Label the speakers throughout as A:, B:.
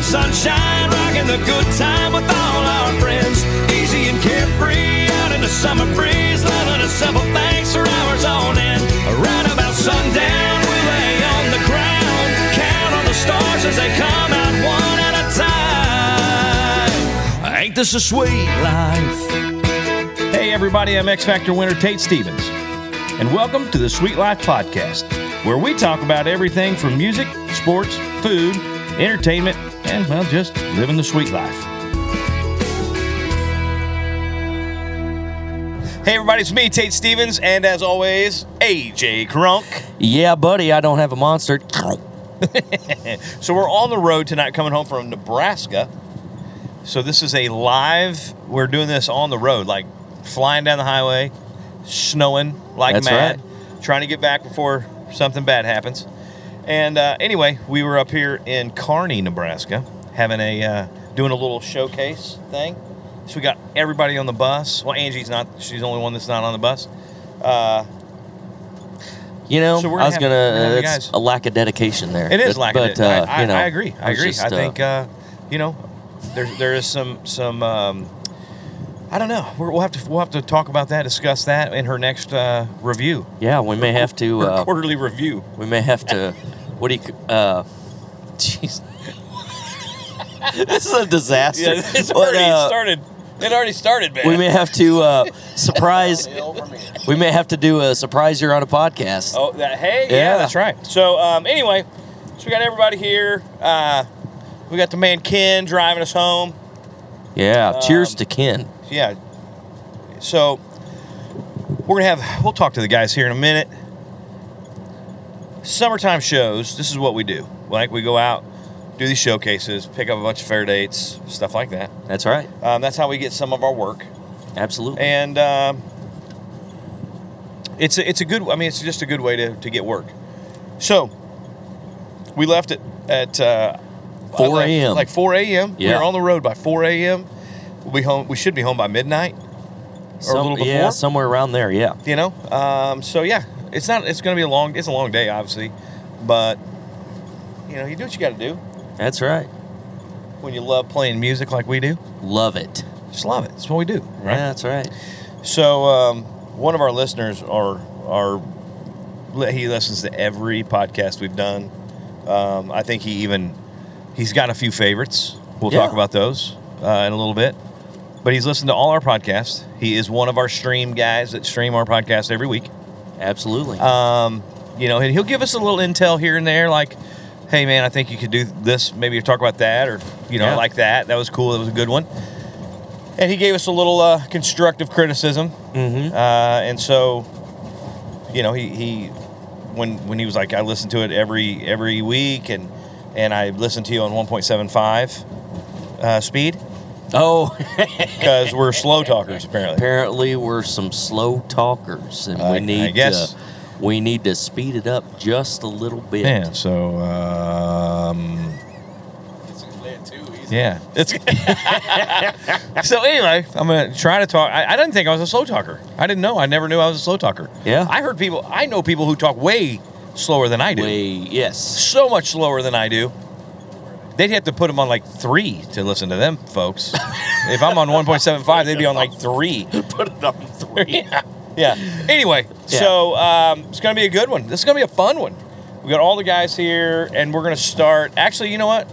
A: sunshine, rocking the good time with all our friends. Easy and carefree, out in the summer breeze, loving a simple thanks for hours on end. Right about sundown, we lay on the ground, count on the stars as they come out one at a time. Ain't this a sweet life?
B: Hey, everybody, I'm X Factor winner Tate Stevens, and welcome to the Sweet Life Podcast, where we talk about everything from music, sports, food, entertainment, and, well, just living the sweet life. Hey, everybody, it's me, Tate Stevens, and as always, AJ Crunk.
C: Yeah, buddy, I don't have a monster.
B: So we're on the road tonight, coming home from Nebraska. So this is a live. We're doing this on the road, like flying down the highway, snowing like
C: That's
B: mad, trying to get back before something bad happens. And uh, anyway, we were up here in Kearney, Nebraska, having a uh, doing a little showcase thing. So we got everybody on the bus. Well, Angie's not; she's the only one that's not on the bus. Uh,
C: You know,
B: So we're
C: I was
B: gonna
C: gonna.
B: have- we're gonna have you
C: it's
B: guys-
C: a lack of dedication there.
B: It is
C: But-
B: lack of
C: but,
B: it.
C: uh,
B: I,
C: you know,
B: I, I agree. I
C: was
B: agree.
C: just,
B: I
C: uh,
B: think uh, you know there there is some some um, I don't know. We're, we'll have to we'll have to talk about that, discuss that in her next uh, review,
C: yeah, we may have to.
B: her
C: Uh,
B: quarterly review.
C: we may have to. What do you? c- Uh, jeez. this is a disaster. But, uh,
B: started. It already started, man.
C: We may have to uh, surprise. we may have to do a surprise. You're on a podcast.
B: Oh, that, hey, yeah.
C: Yeah.
B: that's right. So, um, anyway, so we got everybody here. Uh, we got the man Ken driving us home.
C: yeah. cheers
B: um,
C: to Ken.
B: yeah. So we're gonna have we'll talk to the guys here in a minute. Summertime shows. This is what we do. Like we go out, do these showcases, pick up a bunch of fair dates, stuff like that.
C: That's right.
B: Um, that's how we get some of our work,
C: Absolutely.
B: and um, it's a, it's a good. I mean, it's just a good way to, to get work. So we left it at uh,
C: 4
B: like-
C: a.m..
B: Like 4 a.m. We
C: Yeah.
B: were on the road by 4 a.m. We'll be home. We should be home by midnight.
C: Some-
B: little
C: Yeah,
B: before?
C: somewhere around there. Yeah.
B: you know um, so yeah it's not it's gonna be a long it's a long day obviously but you know you do what you gotta do
C: That's right.
B: when you love playing music like we do
C: Love it.
B: just love it that's what we do
C: Yeah,
B: right
C: that's right.
B: so um, one of our listeners are are he listens to every podcast we've done um, i think he even he's got a few favorites we'll
C: Yeah.
B: talk about those uh, in a little bit but he's listened to all our podcasts he is one of our stream guys that stream our podcast every week
C: Absolutely.
B: Um, you know, and he'll give us a little intel here and there, like, "Hey, man, I think you could do this. Maybe talk about that, or you know,
C: Yeah.
B: like that. That was cool. That was a good one." And he gave us a little uh, constructive criticism,
C: mm-hmm.
B: uh, and so, you know, he, he when when he was like, "I listen to it every every week," and and I listen to you on one point seven five uh, speed
C: Oh,
B: because we're slow talkers apparently.
C: apparently we're some slow talkers, and
B: I- I
C: we need
B: guess.
C: to we need to speed it up just a little bit.
B: Yeah. So. Um, yeah. It's so anyway, I'm gonna try to talk. I, I didn't think I was a slow talker. I didn't know. I never knew I was a slow talker.
C: Yeah.
B: I heard people. I know people who talk way slower than I do.
C: Way yes.
B: So much slower than I do. They'd have to put them on like three to listen to them folks. if I'm on 1.75, they'd be on like three.
C: Put it on three.
B: yeah. Yeah. Anyway,
C: Yeah.
B: so um, it's going to be a good one. This is going to be a fun one. We got all the guys here, and we're going to start. Actually, you know what?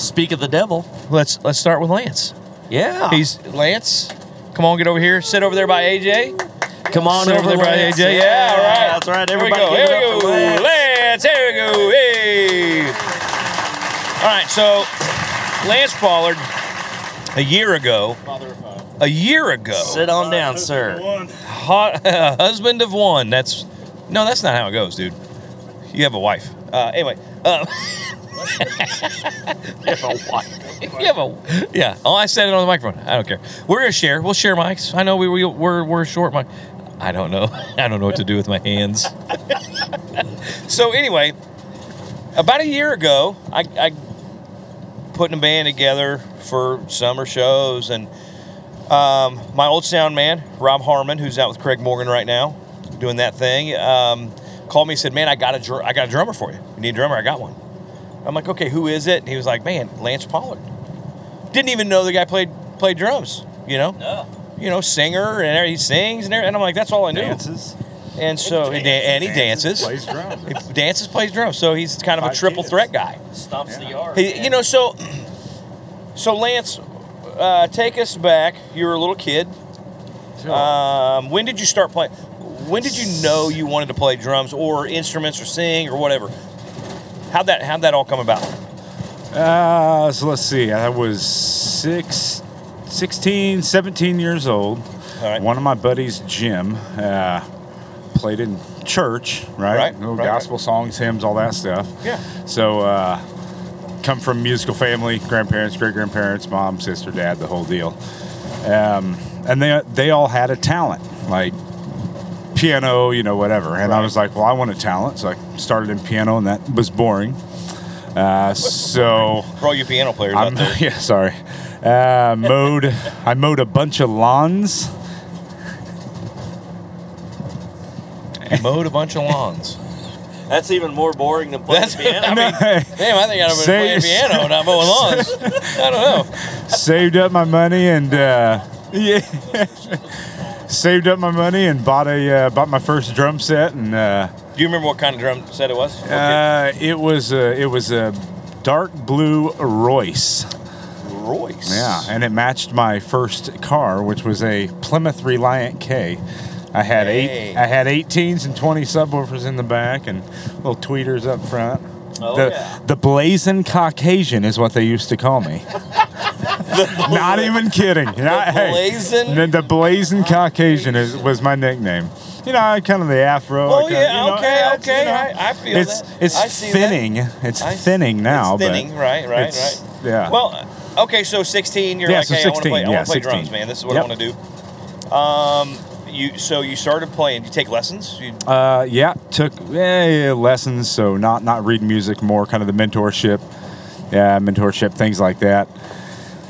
C: Speak of the devil.
B: Let's let's start with Lance.
C: Yeah.
B: He's Lance. Come on, get over here. Sit over there by AJ.
C: come on
B: Sit
C: over
B: over there by
C: Lance.
B: AJ. Yeah, all right.
C: That's right.
B: Here we
C: Everybody,
B: go.
C: give it
B: Here
C: up
B: we
C: for
B: go.
C: Lance.
B: Lance. Here we go. Hey. All right. So, Lance Pollard, a year ago, a year ago,
C: Sit on down, sir.
B: Hu- husband of one. That's no, that's not how it goes, dude. You have a wife. Uh, anyway, uh, you have a yeah. Oh, I said it on the microphone. I don't care. We're gonna share. We'll share mics. I know we we we're, we're short mic. I don't know. I don't know what to do with my hands. so anyway, about a year ago, I, I putting a band together for summer shows and um, my old sound man, Rob Harmon, who's out with Craig Morgan right now, doing that thing, um, called me and said, "Man, I got a dr- I got a drummer for you. You need a drummer? I got one." I'm like, okay, who is it? And he was like, man, Lance Pollard. Didn't even know the guy played played drums. You know,
C: No.
B: you know, singer and he sings and everything. And I'm like, that's all I knew.
D: Dances,
B: And so he dan- and he dances,
D: plays drums.
B: He dances, plays drums. So he's kind of a
D: Five
B: triple
D: kids.
B: threat guy.
C: Stomps the yard.
B: He, you know, so so Lance, uh, take us back. You were a little kid.
D: Sure.
B: Um, when did you start playing? When did you know you wanted to play drums or instruments or sing or whatever? How'd that how'd that all come about?
D: Uh, so let's see. I was six, 16, 17 years old.
B: All right.
D: One of my buddies, Jim, uh, played in church, right?
B: Right,
D: Little
B: right,
D: gospel songs, hymns, all that stuff.
B: Yeah.
D: So, uh, come from musical family, grandparents, great grandparents, mom, sister, dad, the whole deal. Um, and they they all had a talent, like piano, you know, whatever. And I was like, well, I want a talent, so I started in piano, and that was boring. Uh, so.
B: For all you piano players out
D: I'm,
B: there,
D: yeah, sorry. Uh, mowed. I mowed a bunch of lawns.
B: you mowed a bunch of lawns.
C: That's even more boring than playing
B: That's
C: piano.
B: I mean, damn, I think I'd have been
D: Say
B: playing
D: you're-
B: piano and not mowing lawns. I don't know.
D: saved up my money and uh, yeah, saved up my money and bought a uh, bought my first drum set and uh,
B: Do you remember what kind of drum set it was?
D: uh, it was a, it was a dark blue Royce.
B: Royce.
D: Yeah, and it matched my first car, which was a Plymouth Reliant K. I had
B: Hey.
D: eight. I had 18s and 20 subwoofers in the back and little tweeters up front.
C: Oh,
D: the
C: yeah.
D: the blazing Caucasian is what they used to call me. Not even kidding. Not- hey,
B: blazing-
D: the, the blazing Caucasian is, was my nickname. You know, I kind of the afro. I
B: Oh
D: kinda-
B: yeah.
D: you know,
B: okay.
D: it's,
B: okay.
D: you know,
B: I, I feel
D: it's
B: that. I
D: it's
B: see that.
D: thinning. It's
B: I-
D: thinning now.
B: It's thinning,
D: but
B: right, right,
D: it's-
B: right.
D: Yeah.
B: Well, okay, so 16, you're
D: Yeah,
B: like,
D: so
B: hey, I want to
D: 16,
B: play, I
D: yeah,
B: wanna play
D: 16.
B: drums, man. This is what I
D: Yep.
B: want to do. Um, you so you started playing. You take lessons. You,
D: Uh, yeah, took yeah, yeah, lessons. So not not read music, more kind of the mentorship, yeah, mentorship things like that.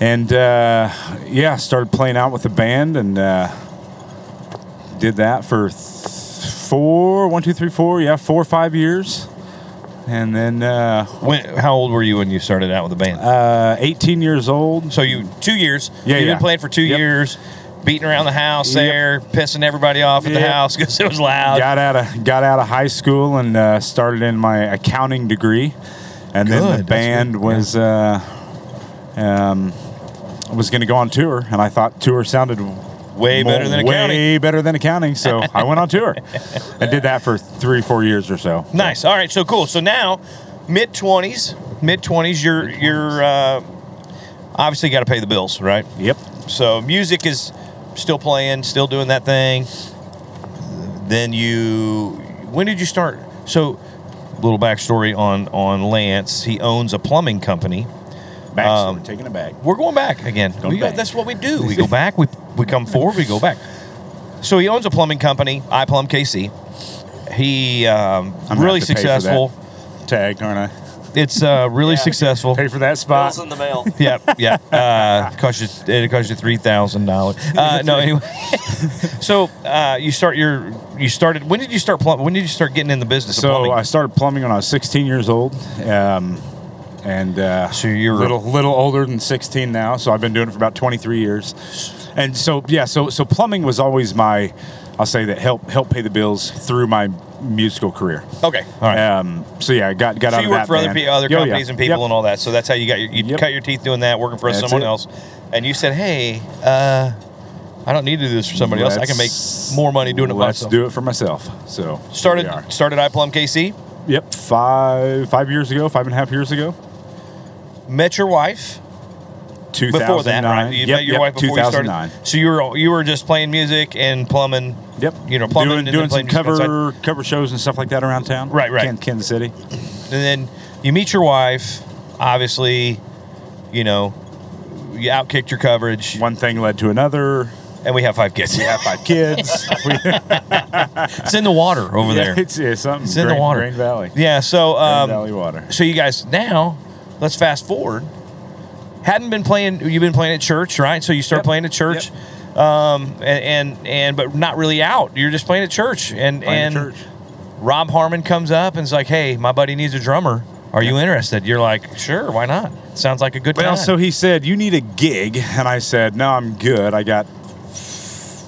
D: And uh, yeah, started playing out with the band and uh, did that for th- four, one, two, three, four, yeah, four or five years. And then uh,
B: when, how old were you when you started out with the band?
D: uh, 18 years old.
B: so you two years.
D: Yeah,
B: You've
D: yeah.
B: been playing for two
D: Yep.
B: years, beating around the house
D: Yep.
B: there, pissing everybody off at the
D: Yep.
B: house because it was loud.
D: Got out of got out of high school and uh, started in my accounting degree, and then the
B: Good, that's
D: band
B: good,
D: was uh, um, was going to go on tour, and I thought tour sounded
B: Way better than
D: way
B: accounting.
D: better than accounting. So I went on tour and did that for three four years or so.
B: Nice. All right. So cool. So now, mid twenties, mid twenties. You're you're uh, obviously got to pay the bills, right?
D: Yep.
B: So music is still playing, still doing that thing. Then you, when did you start? So, little backstory on on Lance. He owns a plumbing company.
D: Back, so
B: Um,
D: we're taking it back.
B: We're going back again.
D: Going
B: We go-
D: back.
B: that's what we do. We go back. We we come forward. We go back. So he owns a plumbing company, iPlum KC. He um,
D: gonna
B: really
D: have to pay for
B: successful.
D: Tag, aren't
B: It's uh, really
C: Yeah.
D: I?
B: successful.
D: Pay for that spot.
C: Bills in the mail.
B: yeah, yeah. Uh, cost you, it cost you three thousand dollars. Uh, no, anyway. so uh, you start your you started. When did you start plumbing? When did you start getting in the business? of
D: So
B: plumbing?
D: I started plumbing when I was 16 years old, um, and uh,
B: So you're-
D: a little little older than 16 now. So I've been doing it for about 23 years, and so yeah, so so plumbing was always my, I'll say that help help pay the bills through my musical career.
B: okay, all right.
D: Um, so yeah, I got got
B: so
D: out
B: you
D: of
B: work
D: that
B: for other
D: band.
B: pe- other
D: Yeah, yeah.
B: companies and people
D: Yep.
B: and all that. So that's how you got your, you
D: Yep.
B: cut your teeth doing that, working for
D: That's
B: someone
D: it.
B: else, and you said, hey. Uh, I don't need to do this for somebody else. I can make
D: Let's-
B: more money doing it
D: Let's
B: myself.
D: do it for myself. So here we are.
B: started started iPlum KC.
D: Yep, five five years ago, five and a half years ago.
B: Met your wife.
D: 2009.
B: before that, right? You
D: yep,
B: met your
D: yep,
B: wife before you started.
D: 2009.
B: So you were you were just playing music and plumbing.
D: Yep.
B: You know, plumbing
D: doing,
B: and then
D: doing
B: playing
D: some
B: music
D: cover cover shows and stuff like that around town.
B: Right, right.
D: Kan- Kansas City.
B: And then you meet your wife. Obviously, you know, you outkicked your coverage,
D: One thing led to another.
B: and we have five kids.
D: We have five kids. We-
B: it's in the water over there.
D: It's, yeah, something.
B: It's in
D: Grain-
B: the water.
D: Grain Valley.
B: Yeah. So um,
D: Grain Valley water.
B: so you guys now, let's fast forward. Hadn't been playing. You've been playing at church, right? So you start
D: Yep.
B: playing at church. Um and, and and but not really out. You're just playing at church and
D: Playing
B: and
D: the church.
B: Rob Harmon comes up and is like, "Hey, my buddy needs a drummer." Are you interested? You're like, sure, why not? Sounds like a good
D: Well,
B: time.
D: so he said, "You need a gig," and I said, "No, I'm good. I got,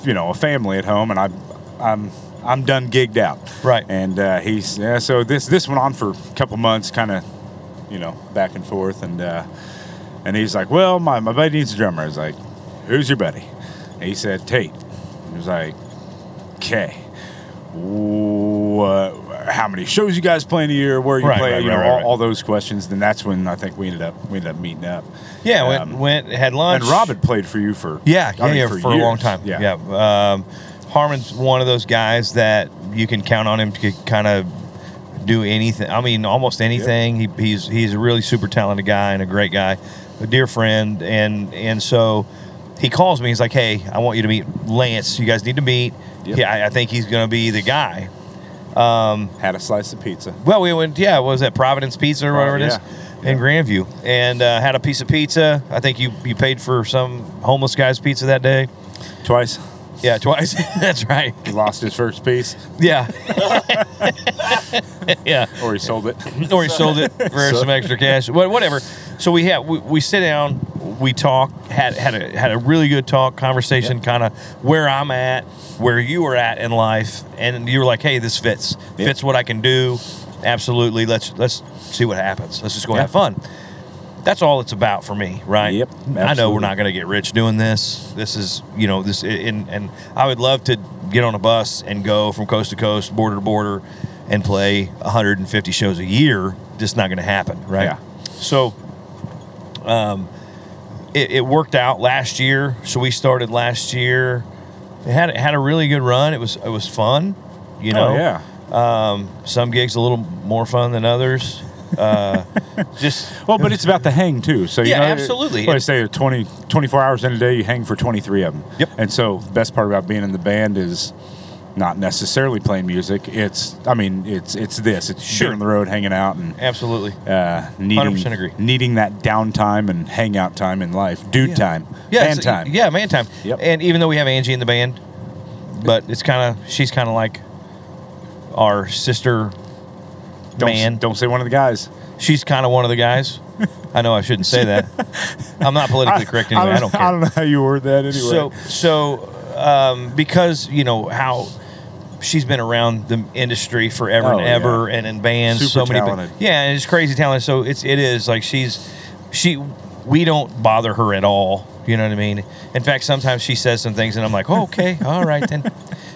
D: you know, a family at home, and I'm, I'm, I'm done gigged out."
B: Right.
D: And uh, he's yeah. So this this went on for a couple months, kind of, you know, back and forth, and uh, and he's like, "Well, my my buddy needs a drummer." I was like, "Who's your buddy?" And he said, "Tate." He was like, "Okay." What, how many shows you guys playing a year? Where you
B: Right,
D: play?
B: right,
D: you
B: right,
D: know,
B: right,
D: all,
B: right.
D: all those questions. Then that's when I think we ended up we ended up meeting up.
B: yeah, went,
D: um,
B: went had lunch.
D: And Rob had played for you for
B: Yeah,
D: I
B: yeah,
D: mean,
B: yeah, for, a long
D: years.
B: time. Yeah. Um, Harmon's one of those guys that you can count on him to kind of do anything. I mean, almost anything. He, he's he's a really super talented guy and a great guy, a dear friend. And and so he calls me. He's like, "Hey, I want you to meet Lance. You guys need to meet.
D: Yep.
B: Yeah, I, I think he's going to be the guy."
D: had a slice of pizza.
B: Well, we went, yeah, what was that Providence Pizza or whatever it is in Grandview, and uh, had a piece of pizza. I think you you paid for some homeless guy's pizza that day.
D: Twice,
B: Yeah, twice. That's right.
D: he lost his first piece,
B: Yeah, yeah.
D: or he sold it.
B: Or he sold it for some extra cash. But whatever. So we have we, we sit down, we talk, had had a had a really good talk conversation, kind of where I'm at, where you are at in life, and you were like, hey, this fits
D: Yeah.
B: fits what I can do. Absolutely. Let's let's see what happens. Let's just go
D: Yeah.
B: have fun. That's all it's about for me, right?
D: Yep,
B: I know we're
D: absolutely.
B: not going to get rich doing this. This is, you know, this and and I would love to get on a bus and go from coast to coast, border to border, and play 150 shows a year. Just not going to happen, right?
D: Yeah.
B: So, um, it, it worked out last year. So we started last year. It had it had a really good run. It was it was fun, you know.
D: Oh yeah,
B: Some gigs a little more fun than others. Uh, just
D: well, but it's about the hang too. So you
B: Yeah,
D: know,
B: absolutely.
D: Well, they say 20, 24 hours in a day, you hang for twenty three of them.
B: Yep.
D: And so the best part about being in the band is not necessarily playing music. It's I mean it's it's this. It's
B: Sure.
D: shooting the road, hanging out, and
B: absolutely.
D: uh, needing
B: 100% agree.
D: needing that downtime and hangout time in life, dude time,
B: Yeah,
D: band
B: it's-
D: time.
B: Yeah, man time.
D: Yep.
B: And even though we have Angie in the band, but it's kind of she's kind of like our sister
D: don't,
B: man.
D: don't say one of the guys.
B: She's kind of one of the guys. I know I shouldn't say that. I'm not politically correct anyway. I don't care.
D: I don't know how you word that anyway.
B: So so um, because you know how she's been around the industry forever
D: Oh,
B: and
D: yeah.
B: ever and in bands so
D: Super
B: many ba-
D: talented.
B: yeah and it's crazy talent so it's it is like she's she we don't bother her at all you know what i mean in fact sometimes she says some things and i'm like oh, okay all right then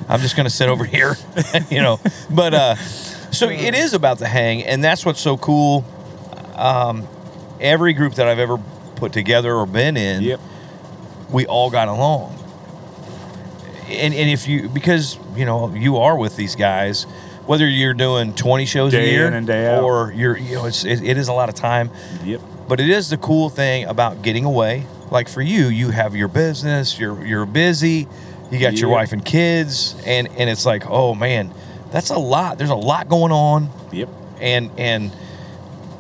B: i'm just gonna sit over here you know but uh so it is about the hang and that's what's so cool um every group that i've ever put together or been in
D: yep.
B: we all got along. And and if you because you know you are with these guys, whether you're doing 20 shows a
D: Day
B: year
D: in and day out.
B: or you're you know it's it, it is a lot of time,
D: Yep.
B: but it is the cool thing about getting away. Like for you, you have your business, you're you're busy, you got your
D: Yeah.
B: wife and kids, and and it's like oh man, that's a lot. There's a lot going on
D: Yep.
B: and and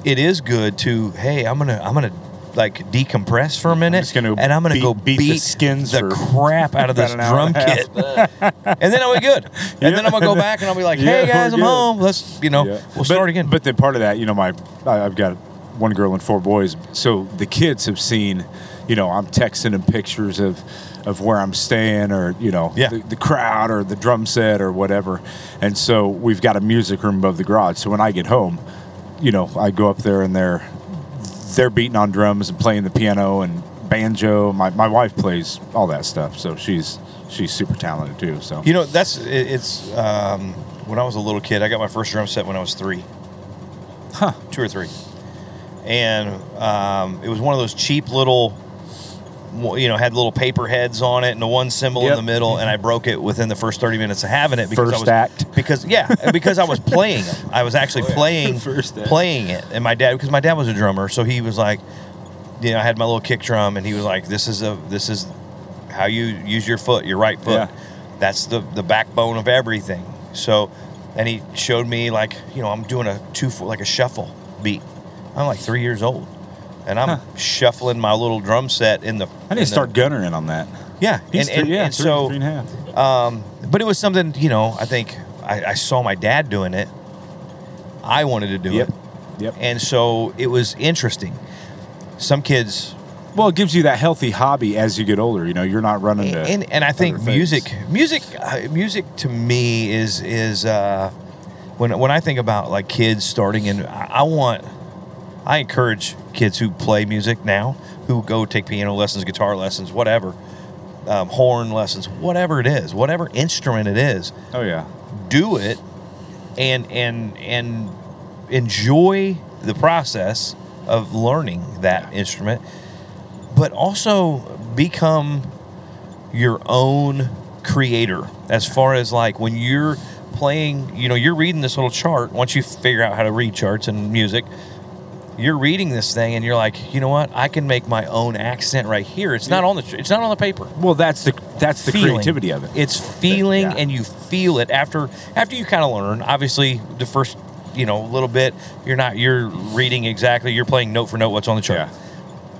B: it is good to hey i'm gonna i'm gonna like decompress for a minute
D: just gonna
B: and i'm gonna
D: beat-
B: go
D: beat
B: beat,
D: the skins
B: the
D: for
B: crap out of
D: about
B: this
D: an hour
B: drum
D: and a half.
B: kit and then i'll be good and then i'm gonna go back and i'll be like
D: Yeah,
B: hey guys
D: we're
B: i'm
D: good.
B: home let's you know
D: Yeah.
B: Oh, we'll start again
D: But the part of that, you know, my I, I've got one girl and four boys, so the kids have seen, you know, I'm texting them pictures of of where I'm staying or you know
B: Yeah.
D: the, the crowd or the drum set or whatever, and so we've got a music room above the garage. So when I get home, you know, I go up there and they're they're beating on drums and playing the piano and banjo. My my wife plays all that stuff, so she's she's super talented too. So
B: you know that's it, it's um, when i was a little kid i got my first drum set when i was three
D: Huh.
B: two or three and um, it was one of those cheap little you know had little paper heads on it and the one symbol
D: Yep.
B: in the middle and i broke it within the first 30 minutes of having it because
D: First
B: i was
D: act. Oh,
B: because yeah because i was playing it. i was actually playing
D: First act.
B: playing it and my dad because my dad was a drummer so he was like you know i had my little kick drum and he was like this is a this is how you use your foot your right foot
D: Yeah.
B: that's the the backbone of everything so and he showed me like you know i'm doing a two foot like a shuffle beat i'm like three years old and i'm shuffling my little drum set in the
D: I
B: in
D: need to
B: the-
D: start gunner in on that.
B: yeah
D: He's
B: uh, and, and,
D: three, yeah,
B: and
D: three-
B: so um,
D: three and a half.
B: but it was something you know i think i, I saw my dad doing it i wanted to do
D: Yep.
B: it
D: Yep.
B: And so it was interesting. Some kids
D: Well, it gives you that healthy hobby as you get older. You know, you're not running to.
B: and, and I think
D: other things.
B: music, music, uh, music to me is is uh, when when I think about like kids starting and I, I want, I encourage kids who play music now, who go take piano lessons, guitar lessons, whatever, um, horn lessons, whatever it is, whatever instrument it is,
D: Oh yeah.
B: do it and and and enjoy the process of learning that instrument but also become your own creator as far as like when you're playing you know you're reading this little chart once you figure out how to read charts and music you're reading this thing and you're like you know what i can make my own accent right here it's not on the it's not on the paper
D: Well, that's the that's the
B: feeling.
D: creativity of it.
B: It's feeling,
D: Yeah.
B: and you feel it after after you kind of learn. Obviously, the first you know little bit, you're not you're reading exactly. You're playing note for note what's on the chart.
D: Yeah.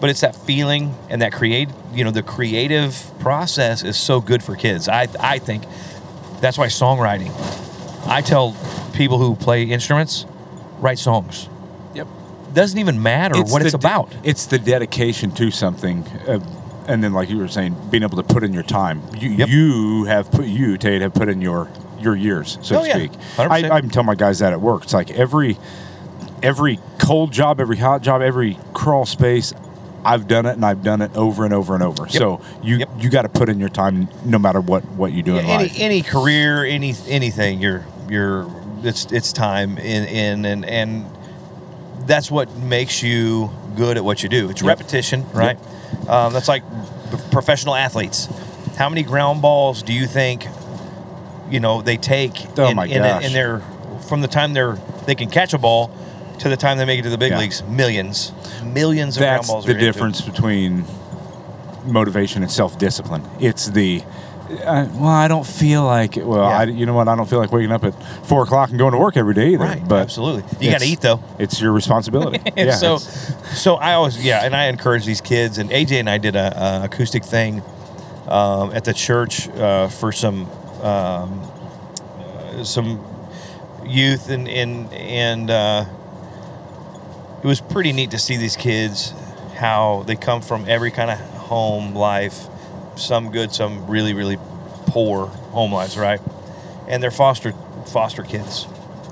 B: But it's that feeling and that create you know the creative process is so good for kids. I I think that's why songwriting. I tell people who play instruments, write songs.
D: Yep.
B: Doesn't even matter what
D: the
B: it's
D: de-
B: about.
D: it's the dedication to something, uh, and then like you were saying, being able to put in your time. You
B: Yep.
D: you have put you Tate have put in your your years, so
B: Oh,
D: to
B: yeah.
D: speak.
B: 100%.
D: I, I tell my guys that at work. It's like every every cold job, every hot job, every crawl space. I've done it and I've done it over and over and over. So you
B: Yep.
D: you got to put in your time no matter what what you do in
B: any,
D: life.
B: any career, any anything, you're you're it's it's time in in and and that's what makes you good at what you do. It's
D: Yep.
B: repetition, right? Um, that's like p- professional athletes. How many ground balls do you think you know they take
D: Oh,
B: in,
D: my
B: in,
D: gosh.
B: in their from the time they're they can catch a ball to the time they make it to the big
D: Yeah.
B: leagues? Millions, millions of ground
D: that's
B: balls.
D: the
B: are hit to-
D: difference between motivation and self-discipline it's the uh, well i don't feel like it well
B: Yeah.
D: I, you know what i don't feel like waking up at four o'clock and going to work every day either
B: Right,
D: but
B: absolutely. You gotta
D: it's-
B: eat, though.
D: it's your responsibility
B: And
D: yeah
B: so,
D: it's-
B: so I always yeah, and I encourage these kids. And AJ and I did a, a acoustic thing um, at the church uh, for some um, uh, some youth, and and and uh, it was pretty neat to see these kids how they come from every kind of home life, some good, some really really poor home lives, right? And they're foster foster kids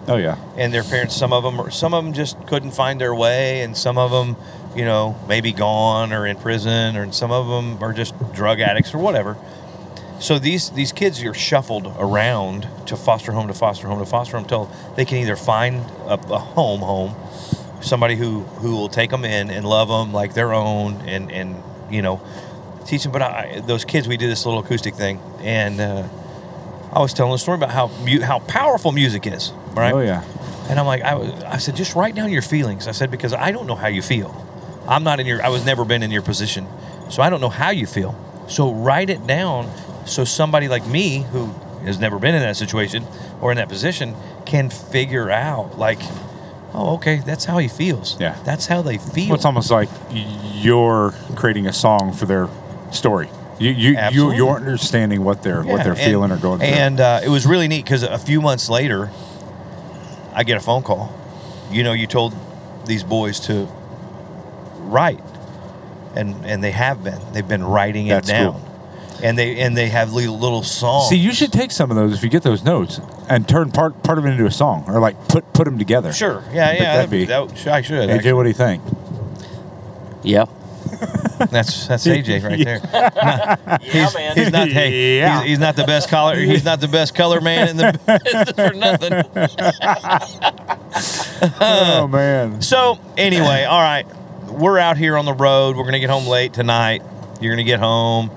D: oh yeah
B: and their parents some of them some of them just couldn't find their way and some of them you know maybe gone or in prison or some of them are just drug addicts or whatever so these these kids are shuffled around to foster home to foster home to foster home until they can either find a, a home home somebody who who will take them in and love them like their own and and you know teach them but I, those kids we did this little acoustic thing and uh, I was telling a story about how mu- how powerful music is right
D: oh yeah
B: and I'm like, I, was- I said, just write down your feelings. I said, because I don't know how you feel. I'm not in your, I was never been in your position. So I don't know how you feel. So write it down so somebody like me who has never been in that situation or in that position can figure out, like, oh, okay, that's how he feels.
D: Yeah.
B: That's how they feel.
D: well, it's almost like you're creating a song for their story you you, you
B: Absolutely.
D: you're understanding what they're what they're
B: Yeah, and-
D: feeling or going through
B: And uh, it was really neat because a few months later, I get a phone call. You know, you told these boys to write, and and they have been. They've been writing
D: That's
B: it down,
D: cool.
B: and they and they have li- little songs.
D: See, you should take some of those if you get those notes and turn part part of it into a song, or like put put them together.
B: sure, yeah,
D: But
B: yeah,
D: that'd be-
B: that, I should.
D: AJ, what do you think?
C: Yep.
B: actually. that's that's AJ right there.
C: Yeah, man.
B: He's not. Hey,
D: Yeah.
B: he's, he's not the best color. He's not the best color man in the business for nothing.
D: oh man,
B: So anyway, all right, we're out here on the road. We're gonna get home late tonight. You're gonna get home,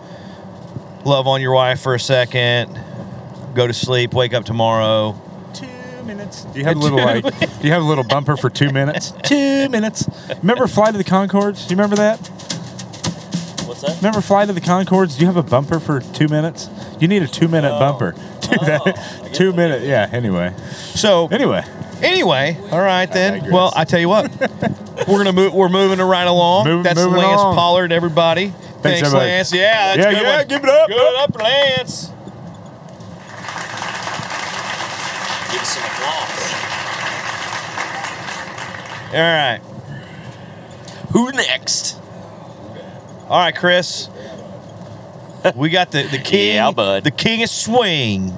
B: love on your wife for a second, go to sleep, wake up tomorrow.
D: two minutes. Do you have a little like? Do you have a little bumper for two minutes? two minutes. Remember Fly to the Concords? Do you remember that?
C: What's that?
D: Remember Fly to the Concords? Do you have a bumper for two minutes? You need a two minute bumper. Do that. Two minute. Yeah. Anyway.
B: So
D: Anyway.
B: anyway, all right then.
D: digress.
B: Well, I tell you what, we're gonna move. We're moving it right along.
D: Moving-
B: That's
D: moving
B: Lance
D: along.
B: Pollard, everybody. Thanks,
D: everybody.
B: Lance. Yeah, that's a
D: Yeah,
B: good
D: yeah,
B: one.
D: give it up.
B: Give it up, Lance.
C: Give us some applause.
B: All right.
C: Who next?
B: All right, Chris. We got the, the king.
C: Yeah, bud.
B: The king of swing.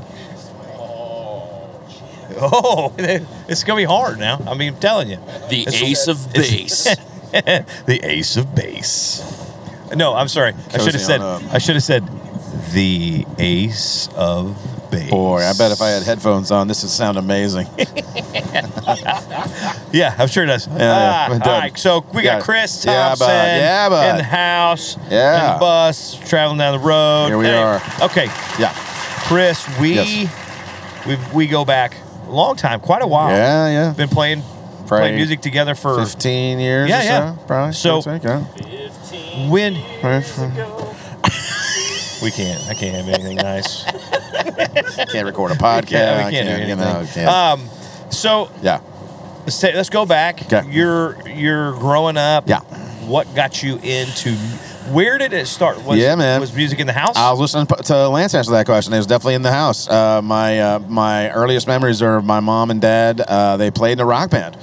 B: Oh, it's gonna be hard now. I mean, I'm telling you,
C: The
B: It's-
C: ace of base.
B: the ace of base. No, I'm sorry. I should have
E: Cozy
B: said.
E: on up.
B: I should have said the ace of base.
E: Boy, I bet if I had headphones on, this would sound amazing.
B: Yeah, I'm sure it does.
E: yeah,
B: Ah,
E: it does.
B: all right, so we
E: Yeah.
B: got Chris
E: Yeah, bud.
B: Thompson
E: Yeah, bud.
B: in the house,
E: Yeah.
B: in the bus, traveling down the road.
E: Here we are.
B: Okay,
E: Yeah.
B: Chris, we
E: Yes.
B: we we go back a long time, quite a while.
E: Yeah, yeah.
B: Been playing
E: Probably
B: playing music together Oh. for
E: 15 years
B: Yeah,
E: or
B: yeah.
E: so, probably.
B: So-
E: Let's think, yeah.
B: when
E: Right.
B: we can't. I can't have anything nice.
E: Can't record a podcast.
B: yeah, we can't, do
E: you
B: anything.
E: know, can't-
B: Um, so
E: yeah.
B: let's ta- let's go back.
E: Okay.
B: You're you're growing up.
E: Yeah.
B: What got you into? Where did it start? Was,
E: Yeah, man.
B: Was music in the house?
E: I was listening p- to Lance answer that question. It was definitely in the house. Uh, my uh, my earliest memories are my mom and dad. Uh, they played in a rock band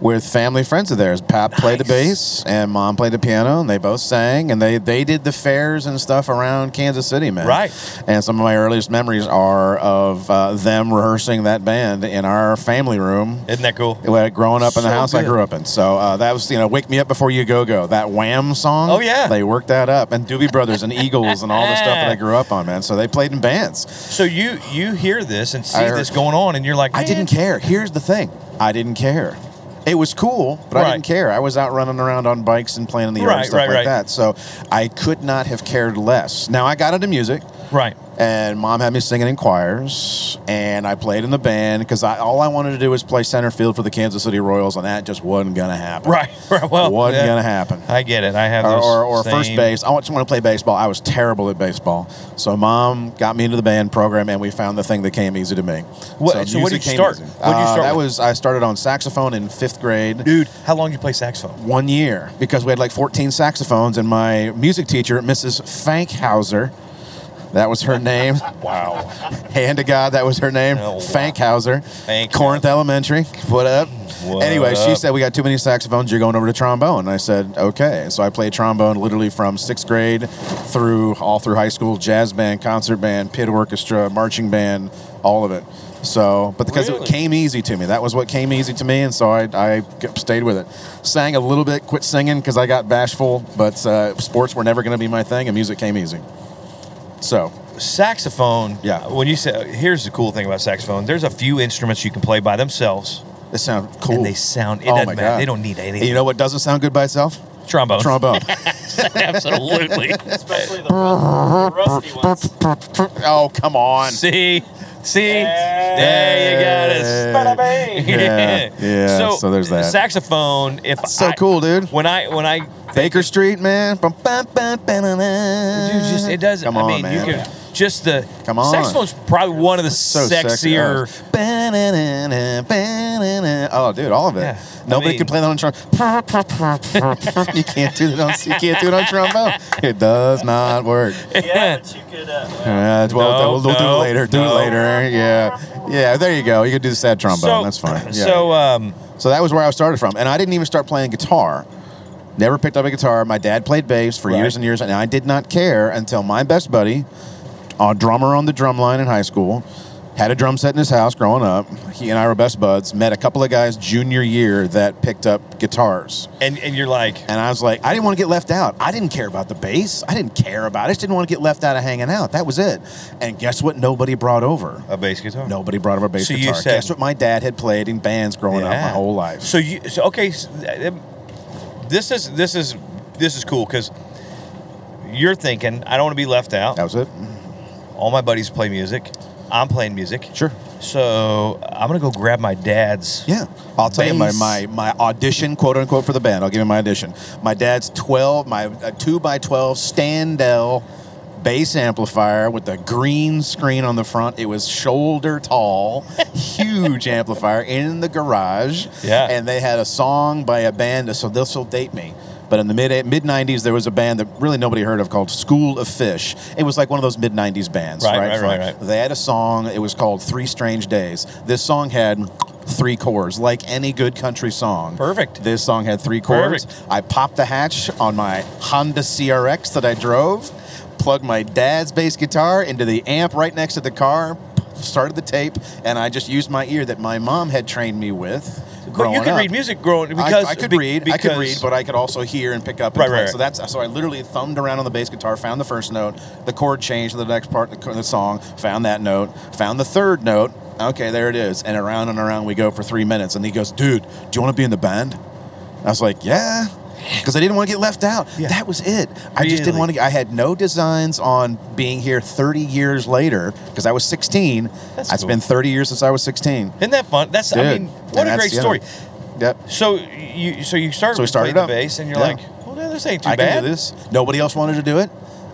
E: with family friends of theirs. Pap played the bass and mom played the piano, and they both sang. And they they did the fairs and stuff around Kansas City, man.
B: Right.
E: And some of my earliest memories are of uh, them rehearsing that band in our family room.
B: Isn't that cool?
E: Well, growing up in the
B: So
E: house I
B: good.
E: grew up in. So uh, that was, you know, Wake Me Up Before You Go Go, that Wham song.
B: Oh, yeah.
E: They worked that up. And Doobie Brothers and Eagles and all the stuff that I grew up on, man. So they played in bands.
B: So you you hear this and see
E: I heard-
B: this going on, and you're like,
E: I didn't
B: "Man,
E: care. Here's the thing I didn't care. It was cool, but I
B: Right.
E: didn't care. I was out running around on bikes and playing in the yard
B: Right,
E: and stuff
B: right,
E: like
B: right.
E: that. So I could not have cared less. Now I got into music.
B: Right.
E: and mom had me singing in choirs and i played in the band because I, all i wanted to do was play center field for the kansas city royals and that just wasn't gonna happen
B: Right. Right. Well,
E: wasn't
B: yeah.
E: gonna happen
B: I get it. I have
E: or,
B: those
E: or, or
B: same-
E: first base i just want to play baseball i was terrible at baseball so mom got me into the band program and we found the thing that came easy to me
B: What- so what did
E: music
B: you
E: came
B: start?
E: easy.
B: What did you
E: Uh,
B: start
E: that
B: with?
E: was i started on saxophone in fifth grade
B: Dude, how long you play saxophone?
E: one year because we had like 14 saxophones and my music teacher mrs fankhauser that was her name
B: Wow.
E: Hand to God, that was her name.
B: Oh, wow.
E: Fankhauser.
B: Fankhauser.
E: Corinth Elementary. What up?
B: What
E: anyway, she
B: up?
E: said, We got too many saxophones. You're going over to trombone. And I said, Okay. So I played trombone literally from sixth grade through all through high school jazz band, concert band, pit orchestra, marching band, all of it. So, but because
B: Really?
E: it came easy to me, that was what came easy to me. And so I, I kept- stayed with it. Sang a little bit, quit singing because I got bashful, but uh, sports were never going to be my thing, and music came easy. So,
B: Saxophone.
E: Yeah.
B: When you say, here's the cool thing about saxophone. There's a few instruments you can play by themselves,
E: it sounded cool.
B: and they sound. It
E: Oh
B: doesn't
E: my
B: matter.
E: God.
B: They don't need anything.
E: And you know what doesn't sound good by itself?
B: trombone.
E: Trombone.
B: Absolutely.
F: Especially the rusty ones.
E: oh, come on.
B: See. See, there you got us.
E: Yeah, yeah, so there's that.
B: Saxophone. If
E: So
B: I-
E: cool, dude.
B: When I when I
E: Baker Street, man. Bum, bum, bum, bum, bum, bum.
B: Dude, just it doesn't.
E: Come
B: I
E: on,
B: mean,
E: man.
B: you can just the
E: Come on.
B: Saxophone's probably one of the
E: so sexy.
B: sexier.
E: Oh, ba-na-na-na, ba-na-na. Oh, dude, all of it.
B: Yeah,
E: Nobody
B: I mean-
E: can play that on trombone. you can't do that on. You can't do it on trombone. It does not work.
F: Yeah, but you could. Uh,
E: Uh, well,
B: No,
E: we'll, we'll do
B: no,
E: it later. Do
B: no.
E: it later. Yeah, yeah. There you go. You can do the sad Oh, trombone.
B: so
E: That's fine. Yeah.
B: So um,
E: So that was where I started from. And I didn't even start playing guitar. Never picked up a guitar. My dad played bass for
B: Right.
E: years and years, and I did not care until my best buddy, a drummer on the drum line in high school, had a drum set in his house growing up. He and I were best buds. Met a couple of guys junior year that picked up guitars.
B: and and you're like,
E: And I was like, I didn't want to get left out. I didn't care about the bass. I didn't care about it. I just didn't want to get left out of hanging out. That was it. And guess what? Nobody brought over.
B: a bass guitar.
E: Nobody brought over a bass
B: So you
E: guitar.
B: said-
E: guess what? My dad had played in bands growing up my
B: Yeah.
E: whole life.
B: So you so, okay? s- uh, This is this is this is cool because you're thinking I don't want to be left out.
E: That was it.
B: All my buddies play music. I'm playing music.
E: Sure.
B: So I'm gonna go grab my dad's.
E: Yeah. I'll tell you my,
B: Bass.
E: my, my audition, quote unquote, for the band. I'll give you my audition. My dad's 12, my uh, 2 by 12 Standell bass amplifier with a green screen on the front. It was shoulder tall, huge amplifier in the garage.
B: Yeah.
E: And they had a song by a band, so this will date me. But in the mid mid '90s, there was a band that really nobody heard of called School of Fish. It was like one of those mid '90s bands,
B: Right,
E: right?
B: right, right, right.
E: They had a song. It was called Three Strange Days. This song had three chords, like any good country song.
B: Perfect.
E: This song had three chords.
B: Perfect.
E: I popped the hatch on my Honda CRX that I drove, plugged my dad's bass guitar into the amp right next to the car, started the tape, and I just used my ear that my mom had trained me with.
B: you
E: growing
B: could
E: up.
B: read music growing
E: I-
B: because
E: I, could
B: be-
E: read, I could read,
B: because-
E: but I could also hear and pick up. And
B: Right,
E: play.
B: right,
E: So
B: right.
E: that's so I literally thumbed around on the bass guitar, found the first note, the chord changed to the next part of the, the song, found that note, found the third note. Okay, there it is, and around and around we go for three minutes. And he goes, "Dude, do you want to be in the band?" I was like, "Yeah." Because I didn't want to get left out. That was it. I just didn't
B: Really?
E: want to. I had no designs on being here 30 years later because I was 16.
B: That's
E: It's
B: cool.
E: been 30 years since I was 16.
B: Isn't that fun? That's I
E: Dude,
B: mean, what
E: and
B: a
E: that's,
B: great
E: you know,
B: story.
E: Yep.
B: So you so you started,
E: So we
B: with
E: started
B: playing the
E: up.
B: bass, and you're
E: Yeah.
B: like, well, no, this ain't too
E: I
B: bad.
E: can do this. Nobody else wanted to do it.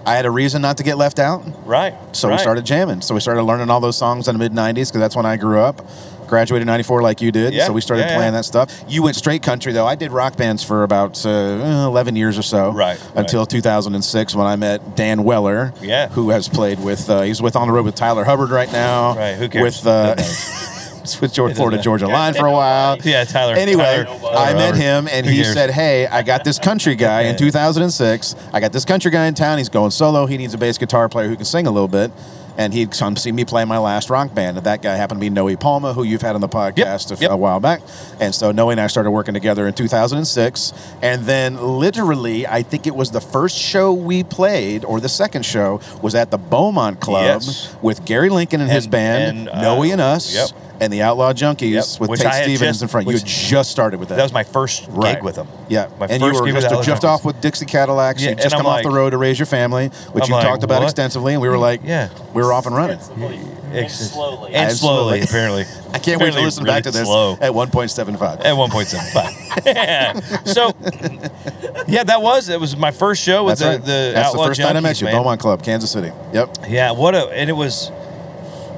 E: I had a reason not to get left out,
B: Right.
E: so
B: right.
E: we started jamming. So we started learning all those songs in the mid '90s because that's when I grew up. Graduated '94 like you did,
B: Yeah,
E: so we started
B: yeah,
E: playing
B: yeah.
E: that stuff. You went straight country though. I did rock bands for about uh, 11 years or so,
B: Right,
E: Until 2006 when I met Dan Weller,
B: Yeah.
E: who has played with. Uh, he's with on the road with Tyler Hubbard right now,
B: Right, who cares?
E: With uh,
B: Nobody.
E: he's with Georgia, Florida
B: matter.
E: Georgia Line for a while.
B: Yeah, Tyler.
E: Anyway,
B: Tyler-
E: I
B: Tyler
E: met
B: Hubbard.
E: him and
B: Who
E: he
B: cares?
E: said, Hey, I got this country guy in 2006. I got this country guy in town. He's going solo. He needs a bass guitar player who can sing a little bit. And he'd come see me play my last rock band. And that guy happened to be Noe Palma, who you've had on the podcast a f-
B: yep.
E: a while back. And so Noe and I started working together in 2006. And then, literally, I think it was the first show we played, or the second show, was at the Beaumont Club
B: Yes.
E: with Gary Lincoln and, his
B: And-
E: band,
B: and, uh,
E: Noe and us,
B: yep.
E: and the Outlaw Junkies
B: Yep.
E: with
B: Which
E: Tate
B: I had
E: Stevens
B: just-
E: in front. You
B: which-
E: had just started with that.
B: That was my first
E: Right.
B: gig with them.
E: Yeah,
B: My
E: and
B: first
E: you were
B: gig with
E: just
B: Alice
E: just
B: Jones.
E: off with Dixie Cadillacs.
B: Yeah,
E: you just
B: and I'm
E: come off the
B: like-
E: road to raise your family, which
B: I'm
E: you
B: like,
E: talked about
B: what?
E: extensively, and we were like,
B: Yeah.
E: we were off and running.
G: Extensively and
B: Ex-
G: slowly.
B: And
E: Absolutely.
B: slowly, apparently.
E: I can't wait to
B: Apparently
E: listen
B: really
E: back to this
B: Slow.
E: at one point seven five.
B: At one point seven five. yeah. So yeah, that was it was my first show with
E: That's
B: the,
E: right.
B: the
E: That's the
B: Outlaw
E: first time I
B: Junkies,
E: met you,
B: man.
E: Beaumont Club, Kansas City. Yep.
B: Yeah, what a and it was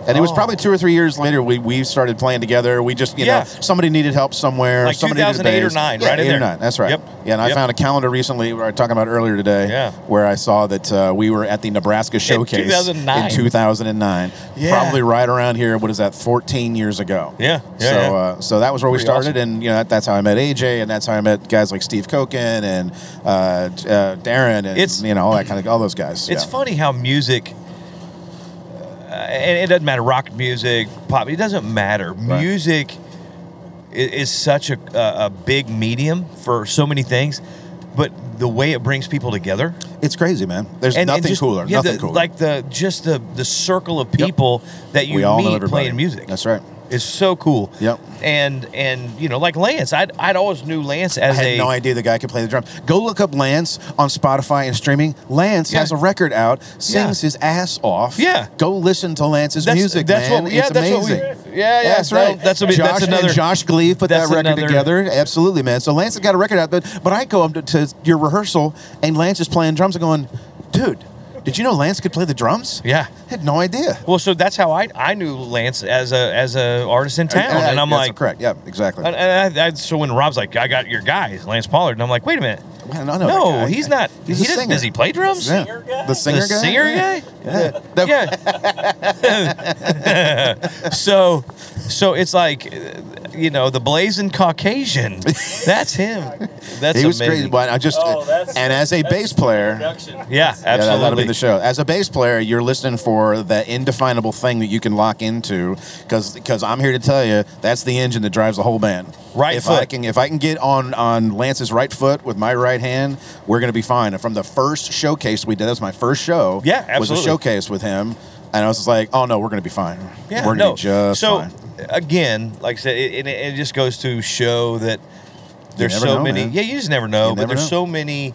E: And it was
B: Oh.
E: probably two or three years later we we started playing together. We just you
B: Yeah.
E: know somebody needed help somewhere.
B: Like
E: somebody
B: 2008
E: needed
B: or
E: a bass.
B: nine,
E: Yeah,
B: right in
E: eight
B: there.
E: Or nine. That's right.
B: Yep.
E: Yeah, and I
B: Yep.
E: found a calendar recently where I was talking about earlier today.
B: Yeah.
E: Where I saw that uh, we were at the Nebraska showcase
B: 2009.
E: in 2009.
B: Yeah.
E: Probably right around here. What is that? 14 years ago.
B: Yeah, yeah,
E: so
B: yeah.
E: Uh, so that was where we
B: Pretty
E: started, and you know that, that's how I met AJ, and that's how I met guys like Steve Koken and uh, uh, Darren, and
B: It's-
E: you know all that kind of all those guys.
B: It's
E: yeah.
B: funny how music, uh, and it doesn't matter rock music, pop, it doesn't matter.
E: Right.
B: Music i- is, such a, a, a big medium for so many things, but the way it brings people together
E: It's crazy, man. There's
B: and, and
E: nothing
B: just-
E: cooler.
B: yeah,
E: nothing
B: the,
E: cooler.
B: like the just the the circle of people that you
E: we all know
B: meet
E: everybody.
B: playing music.
E: That's right.
B: It's so cool.
E: Yep.
B: And and you know, like Lance, I'd, I'd always knew Lance
E: I
B: as
E: had
B: a
E: no idea the guy could play the drum. Go look up Lance on Spotify and streaming. Lance
B: Yeah.
E: has a record out, sings his ass off.
B: Yeah.
E: Go listen to Lance's
B: that's,
E: music,
B: that's
E: man.
B: What, yeah,
E: it's
B: that's
E: amazing.
B: what we. Yeah, yeah,
E: that's right.
B: That's, what we-
E: Josh
B: that's another.
E: and Josh Gleave put that
B: that's
E: record
B: another-
E: together. Absolutely, man. So Lance has got a record out, but but I go up to, to your rehearsal and Lance is playing drums and going, dude, did you know Lance could play the drums?
B: Yeah.
E: had no idea.
B: Well, so that's how I, I knew Lance as a as a artist in town,
E: I- I-
B: and I'm
E: that's
B: like,
E: correct. Yeah, exactly.
B: and, and I, I, so when Rob's like, I got your guys, Lance Pollard, and I'm like, wait a minute,
E: Man, I know
B: no,
E: Oh, that guy.
B: he's not.
E: He's
B: he
E: a
B: doesn't-
E: singer.
B: Does he play drums?
E: Yeah.
G: Singer guy?
E: The singer
B: the
E: guy?
B: singer
E: Yeah.
B: guy.
E: Yeah. That-
B: yeah. so, so it's like, uh, you know, the blazing Caucasian. That's him. That's
E: he was
B: amazing.
E: crazy, but I just
G: Oh, that's-
E: and as a
G: that's
E: bass player,
G: Production.
B: Yeah,
E: Yeah, that- that'll be
B: absolutely.
E: the show. As a bass player, you're listening for that indefinable thing that you can lock into, because I'm here to tell you that's the engine that drives the whole band.
B: Right
E: If I
B: foot.
E: can if I can get on on Lance's right foot with my right hand, we're gonna be fine. And from the first showcase we did, that was my first show.
B: Yeah,
E: Was a
B: absolutely.
E: showcase with him, and I was just like, oh no, we're gonna be fine.
B: Yeah,
E: we're gonna
B: no.
E: be just
B: so
E: fine.
B: again, like I said, it, it, it just goes to show that there's
E: never
B: so
E: know,
B: many.
E: man.
B: Yeah, you just never know,
E: You
B: but
E: never
B: there's
E: know.
B: so many,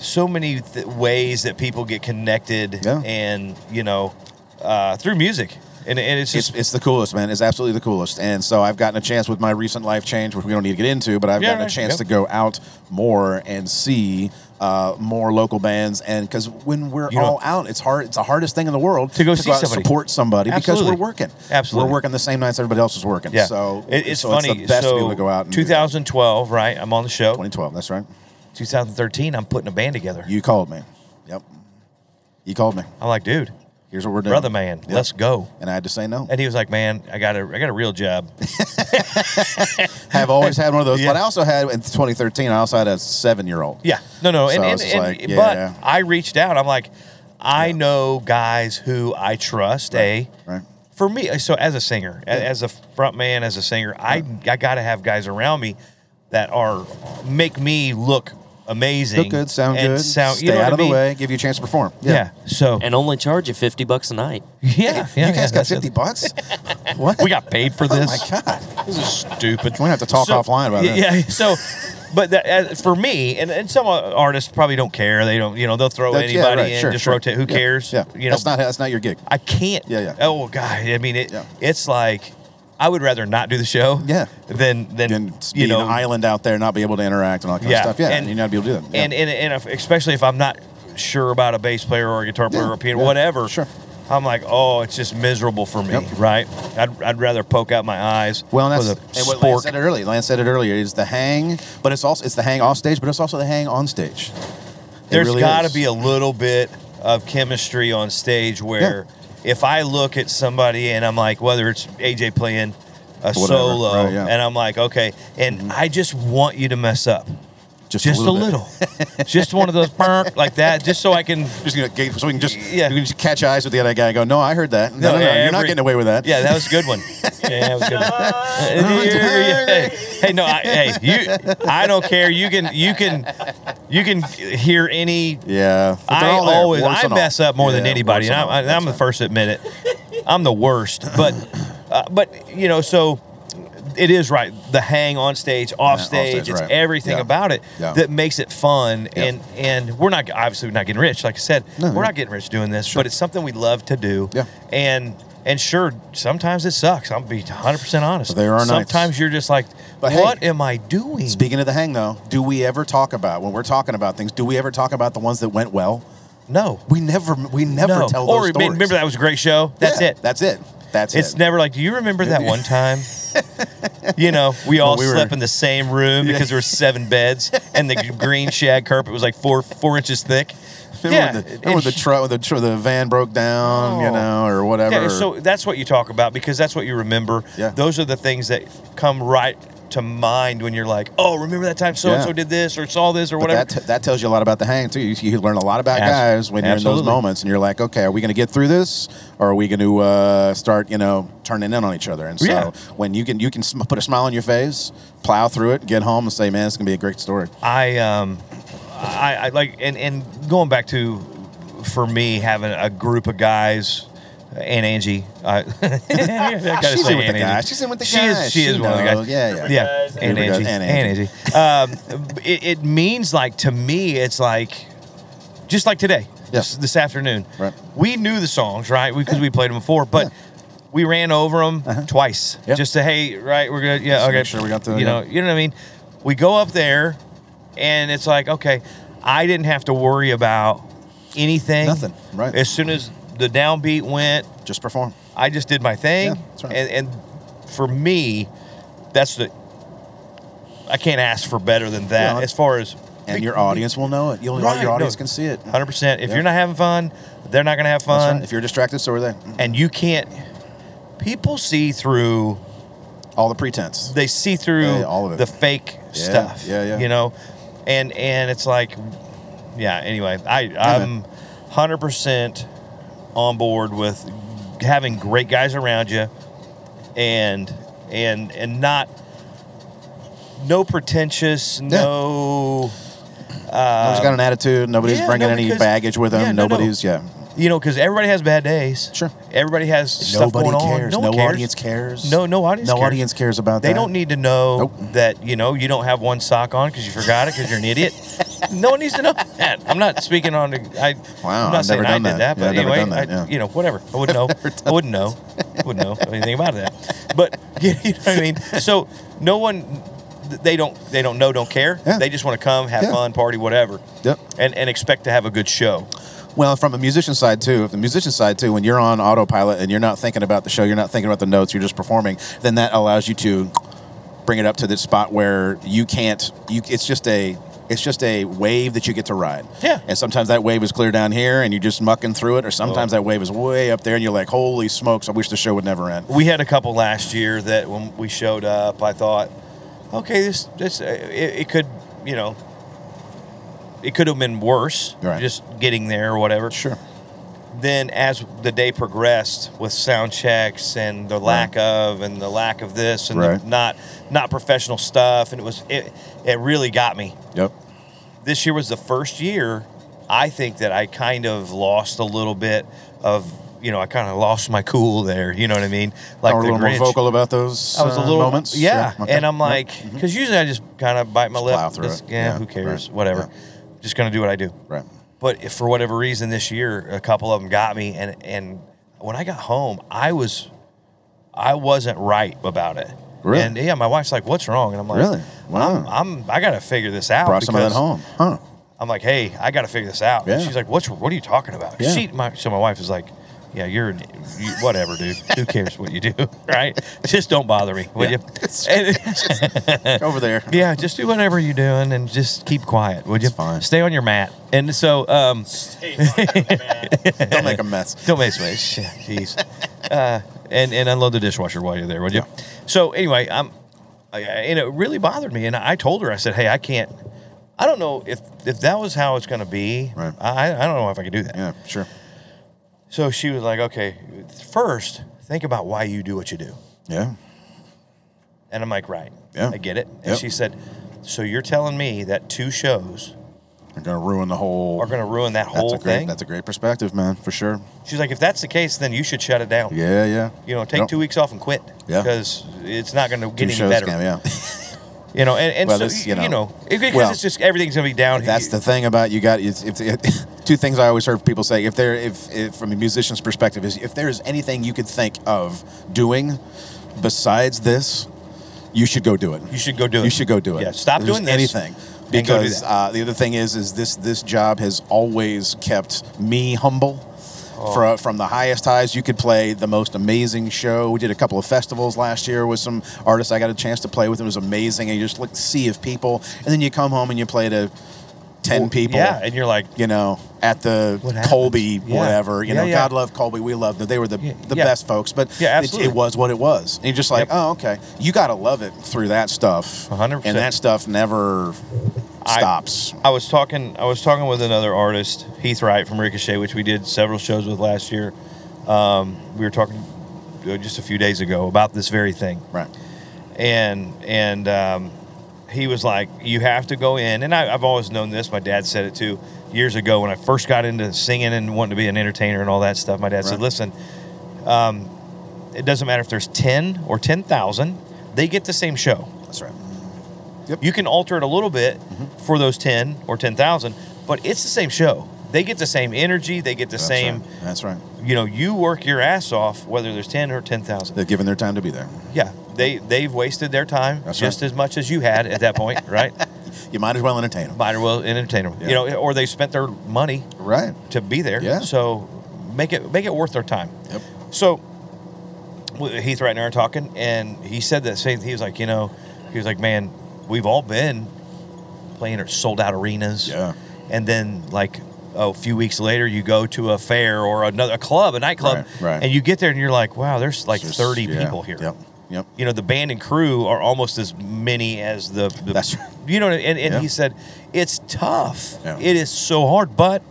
B: so many th- ways that people get connected,
E: Yeah.
B: and you know, uh, through music, and, and it's
E: It's,
B: just
E: it's the coolest, man. It's absolutely the coolest. And so I've gotten a chance with my recent life change, which we don't need to get into, but I've
B: Yeah,
E: gotten a
B: right,
E: chance
B: yep.
E: to go out more and see uh, more local bands. And because when we're
B: You know-
E: all out, it's hard. It's the hardest thing in the world
B: To go see
E: out and
B: somebody.
E: support somebody because
B: Absolutely.
E: we're working.
B: Absolutely.
E: we're working the same nights everybody else is working.
B: yeah.
E: So
B: It- it's
E: so
B: funny.
E: It's the best
B: so
E: to be able to go out. And do that.
B: 2012, right? I'm on the show.
E: 2012. That's right.
B: 2013, I'm putting a band together.
E: You called me. Yep. You called me.
B: I'm like, dude,
E: here's what we're doing,
B: brother man,
E: Yep.
B: let's go.
E: And I had to say no.
B: And he was like, man, I got a, I got a real job.
E: Have always had one of those,
B: Yeah.
E: but I also had in 2013. I also had a seven year old.
B: Yeah. No, no. And,
E: So
B: and,
E: it's
B: and-
E: like, yeah.
B: but I reached out. I'm like, I know guys who I trust. A
E: Right.
B: for me, so as a singer, a- as a front man, as a singer, I I gotta have guys around me that are make me look amazing,
E: Look good, sound
B: and
E: good,
B: sound
E: stay
B: you know what I
E: out of
B: mean?
E: the way, give you a chance to perform.
B: Yeah. So
C: and only charge you 50 bucks a night.
B: yeah, yeah,
E: you
B: yeah,
E: guys got
B: that's it.
E: 50 bucks? What?
B: We got paid for this.
E: Oh my god,
B: This is stupid.
E: we're gonna have to talk
B: So-
E: offline about
B: yeah,
E: that.
B: Yeah. So, but that, as, for me, and, and some uh, artists probably don't care. They don't, you know, they'll throw
E: That's- yeah,
B: anybody
E: right,
B: in,
E: sure,
B: just
E: sure.
B: rotate. Who
E: Yeah,
B: cares?
E: Yeah,
B: You know,
E: that's not that's not your gig.
B: I can't.
E: Yeah, yeah.
B: Oh God, I mean it.
E: Yeah.
B: It's like I would rather not do the show.
E: Yeah.
B: Than than
E: And
B: you
E: be
B: know
E: an island out there, not be able to interact and all that kind
B: Yeah,
E: of stuff. Yeah,
B: and-
E: and, you gotta be able to do that. Yeah.
B: and, and and if, especially if I'm not sure about a bass player or a guitar player
E: Yeah,
B: or a piano,
E: yeah,
B: whatever.
E: sure.
B: I'm like, oh, it's just miserable for me,
E: Yep.
B: right? I'd, I'd rather poke out my eyes.
E: Well, and that's
B: with a
E: and what Lance
B: spork.
E: said it earlier. Lance said it earlier. It's the hang, but it's also it's the hang off stage, but it's also the hang on stage.
B: There's
E: There's
B: got to be a little bit of chemistry on stage where if I look at somebody and I'm like, whether it's AJ playing a
E: Whatever,
B: solo,
E: right, yeah. Mm-hmm.
B: and I'm like, okay, and I just want you to mess up. Just a
E: bit.
B: little, just one of those burp like that, just so I can.
E: Just gonna get, so we can just
B: Yeah.
E: you can just catch eyes with the other guy. and Go, no, I heard that. No, no,
B: No,
E: no, you're not
B: every-
E: getting away with that.
B: Yeah, that was a good one. Yeah, that was a good. One. Uh, yeah, hey, no, I, hey, you. I don't care. You can, you can, you can hear any
E: yeah. But
B: I
E: they're all there,
B: always
E: worse
B: I
E: than all.
B: mess up more than
E: Yeah,
B: anybody,
E: worse
B: and
E: than
B: I'm,
E: all.
B: I, I'm the first to admit it. I'm the worst, but uh, but you know, so it is right. The hang on stage, off
E: off
B: stage,
E: stage,
B: it's
E: right.
B: everything
E: Yeah.
B: about it
E: Yeah.
B: that makes it fun.
E: Yeah.
B: And and we're not obviously we're not getting rich, like I said,
E: No,
B: we're
E: yeah.
B: not getting rich doing this, but it's something we love to do.
E: Yeah.
B: and and sure, sometimes it sucks. I'm be 100 percent honest.
E: There are nights.
B: sometimes you're just like,
E: But hey,
B: what am I doing?
E: Speaking of the hang, though, do we ever talk about when we're talking about things? Do we ever talk about the ones that went well?
B: no.
E: We never, we never
B: No,
E: tell
B: or
E: those
B: remember-
E: stories.
B: remember that was a great show. That's
E: Yeah,
B: it.
E: That's it. That's
B: It's
E: it.
B: never like, do you remember that one time? you know, we all
E: we were-
B: slept in the same room because there were seven beds, and the green shag carpet was like four four inches thick.
E: Remember
B: yeah,
E: when the, remember when the
B: and-
E: truck, the, tr- the van broke down,
B: Oh.
E: you know, or whatever.
B: yeah. So that's what you talk about because that's what you remember.
E: Yeah.
B: Those are the things that come right to mind when you're like, oh, remember that time so and so
E: Yeah.
B: did this or saw this or
E: But
B: whatever.
E: that, that tells you a lot about the hang too. You, you learn a lot about
B: Abs-
E: guys when you're in
B: absolutely.
E: those moments, and you're like, okay, are we going to get through this, or are we going to uh, start, you know, turning in on each other? And so
B: Yeah.
E: when you can you can sm- put a smile on your face, plow through it, get home, and say, man, it's going to be a great story.
B: I um, I, I like and and going back to for me having a group of guys. Aunt Angie, I, I gotta
E: She's
B: say
E: in with the
B: Aunt Angie.
E: guys. She's in with the
B: she Is,
E: guys.
B: she, is
E: She
B: one of the
E: knows.
B: guys.
E: Yeah, yeah.
B: yeah.
H: Guys,
B: Aunt
E: Group of
B: Angie,
E: guys.
B: Aunt
E: Aunt
B: Angie. Um, it, it means like to me, it's like just like today,
E: Yeah.
B: this, this afternoon.
E: Right.
B: We knew the songs, right? Because we played them before, but. We ran over them twice.
E: Uh-huh. Yeah.
B: Just to hey, right? We're gonna yeah.
E: Just to
B: okay.
E: make sure we got the-
B: you know
E: yeah.
B: you know what I mean? We go up there and it's like, okay, I didn't have to worry about anything.
E: Nothing, right.
B: As soon as the downbeat went,
E: Just perform.
B: I just did my thing.
E: Yeah, that's right.
B: and, and for me, that's the I can't ask for better than that
E: Yeah.
B: as far as
E: And your audience will know it. You'll,
B: Right,
E: Your audience
B: no.
E: can see it.
B: 100%. If
E: Yeah.
B: you're not having fun, they're not going to have
E: That's right.
B: fun.
E: If you're distracted, so are they.
B: And you can't people see through
E: All the pretense.
B: they see through
E: Yeah, all of it.
B: the fake stuff.
E: yeah, yeah.
B: You know, and and it's like, yeah. Anyway, I I'm
E: man.
B: hundred percent on board with having great guys around you, and and and not no pretentious, no.
E: Nobody's got an attitude. Nobody's
B: yeah,
E: bringing
B: no,
E: any
B: because-
E: baggage with them.
B: yeah, no, no.
E: nobody's, yeah.
B: You know, because everybody has bad days.
E: Sure.
B: Everybody has
E: Nobody
B: stuff going
E: cares.
B: on.
E: No
B: one cares.
E: audience cares.
B: No, no audience.
E: No
B: cares.
E: audience cares about
B: they
E: that.
B: don't need to know
E: Nope.
B: that you know you don't have one sock on because you forgot it because you're an idiot. no one needs to know that. I'm not speaking on. the- I,
E: Wow,
B: I'm not
E: I've
B: saying
E: never
B: I
E: done
B: did that,
E: that.
B: but
E: Yeah, I've never
B: anyway,
E: done that,
B: I-
E: yeah.
B: you know, whatever. I wouldn't know. I wouldn't know. Wouldn't know anything about that. But you know what I mean. So no one. They don't. They don't know. Don't care.
E: Yeah.
B: They just want to come, have
E: Yeah.
B: fun, party, whatever.
E: Yep.
B: And and expect to have a good show.
E: Well, from a musician side too, the musician side too, when you're on autopilot and you're not thinking about the show, you're not thinking about the notes, you're just performing, then that allows you to bring it up to the spot where you can't. You it's just a It's just a wave that you get to ride.
I: Yeah.
E: And sometimes that wave is clear down here, and you're just mucking through it, or sometimes
B: Oh.
E: that wave is way up there, and you're like, "Holy smokes! I wish the show would never end."
B: we had a couple last year that when we showed up, I thought, okay, this this uh, it, it could you know it could have been worse,
E: Right.
B: just getting there or whatever.
E: Sure.
B: Then as the day progressed with sound checks and the lack of and the lack of this and
E: Right.
B: the not not professional stuff, and it was it it really got me
E: Yep.
B: this year was the first year I think that I kind of lost a little bit of you know I kind of lost my cool there. You know what I mean? Like
E: Or a
B: the
E: little
B: Grinch.
E: more vocal about those.
B: I was a
E: uh,
B: little
E: moments.
B: yeah,
E: okay.
B: and I'm
E: Yep. Mm-hmm.
B: like, because usually I just kind of bite my
E: Just
B: lip.
E: plow through
B: Just,
E: it.
B: Yeah,
E: Yeah,
B: who cares?
E: right.
B: Whatever. Just gonna do what I do.
E: right.
B: But if for whatever reason this year a couple of them got me, and and when I got home, I was I wasn't right about it.
E: Really?
B: And yeah, my wife's like, "What's wrong?" And I'm like,
E: Really? Wow.
B: I'm, I'm I gotta figure this out."
E: Brought some of that
B: because-
E: home, huh?
B: I'm like, hey, I got to figure this out. And
E: Yeah.
B: she's like, what's what are you talking about?
E: Yeah.
B: She, my, so my wife is like, yeah, you're an- you, whatever, dude. Who cares what you do, right? Just don't bother me, will you? And-
E: Over there.
B: yeah, just do whatever you're doing and just keep quiet, would you?
E: It's fine.
B: Stay on your mat. And so, um,
E: Don't make a mess.
B: don't mess with me. Shit, Jeez. Uh, and and unload the dishwasher while you're there, would you? So anyway, I'm, I, I- and it really bothered me. And I told her, I said, hey, I can't. I don't know if if that was how it's going to be.
E: Right.
B: I I don't know if I could do that.
E: Yeah, sure.
B: So she was like, okay, first, think about why you do what you do.
E: Yeah.
B: And I'm like, right.
E: Yeah.
B: I get it. And
E: Yep.
B: she said, so you're telling me that two shows
E: You're gonna ruin the whole.
B: are going to ruin that
E: that's
B: whole
E: a great,
B: thing?
E: That's a great perspective, man, for sure.
B: She's like, if that's the case, then you should shut it down.
E: Yeah, yeah.
B: You know, take
E: Yep.
B: two weeks off and quit.
E: Yeah.
B: Because it's not going to
E: Two
B: get any
E: shows,
B: better.
E: Cam, yeah.
B: You know, and, and
E: Well,
B: so,
E: this,
B: you
E: you
B: know, you
E: know,
B: because
E: well,
B: it's just everything's going to be down.
E: That's the thing about you got it's, if, if, two things I always heard people say if there if, if from a musician's perspective is if there is anything you could think of doing besides this, you should go do it.
B: You should go do it.
E: You should go do it.
B: Yeah, stop
E: If there's
B: doing this
E: anything
B: and go do
E: because
B: that.
E: uh, the other thing is is this this job has always kept me humble. From, from the highest highs, you could play the most amazing show. We did a couple of festivals last year with some artists I got a chance to play with. It was amazing. And you just look sea of people, and then you come home and you play to ten people
B: Yeah. And you're like,
E: you know, at the
B: What happened?
E: Colby,
B: Yeah.
E: whatever. You
B: Yeah,
E: know,
B: yeah.
E: God love Colby. We loved them. They were the, the
B: yeah.
E: best folks, but
B: Yeah,
E: it,
B: absolutely.
E: it was what it was. And you're just like,
B: Yep.
E: oh, okay. You got to love it through that stuff.
B: 100%.
E: And that stuff never
B: I-
E: stops.
B: I was talking. I was talking with another artist, Heath Wright from Ricochet, which we did several shows with last year. Um, we were talking uh, just a few days ago about this very thing,
E: right.
B: and and um, he was like, "You have to go in." And I, I've always known this. My dad said it too years ago when I first got into singing and wanting to be an entertainer and all that stuff. My dad said,
E: Right.
B: "Listen, um, it doesn't matter if there's ten or ten thousand; they get the same show."
E: That's right.
B: You can alter it a little bit
E: Mm-hmm.
B: for those 10 or 10,000, but it's the same show. They get the same energy, they get the
E: That's
B: same,
E: right. That's right.
B: you know, you work your ass off whether there's 10 or 10,000.
E: They're giving their time to be there.
B: Yeah, they they've wasted their time
E: That's
B: just
E: right.
B: as much as you had at that point, right?
E: You might as well entertain them.
B: Might as well entertain them. You
E: Yeah.
B: know, or they spent their money
E: Right.
B: to be there.
E: Yeah.
B: So make it make it worth their time.
E: Yep.
B: So w- Heath right now are talking, and he said that same. He was like, you know, he was like, man, we've all been playing at sold out arenas.
E: Yeah.
B: And then like a few weeks later, you go to a fair or another a club, a nightclub,
E: Right, right.
B: and you get there and you're like, wow, there's like
E: There's-
B: 30
E: yeah.
B: people here.
E: Yep. Yep.
B: You know, the band and crew are almost as many as the. the
E: That's right.
B: You know, and, and
E: Yeah.
B: he said, it's tough.
E: Yeah.
B: It is so hard, but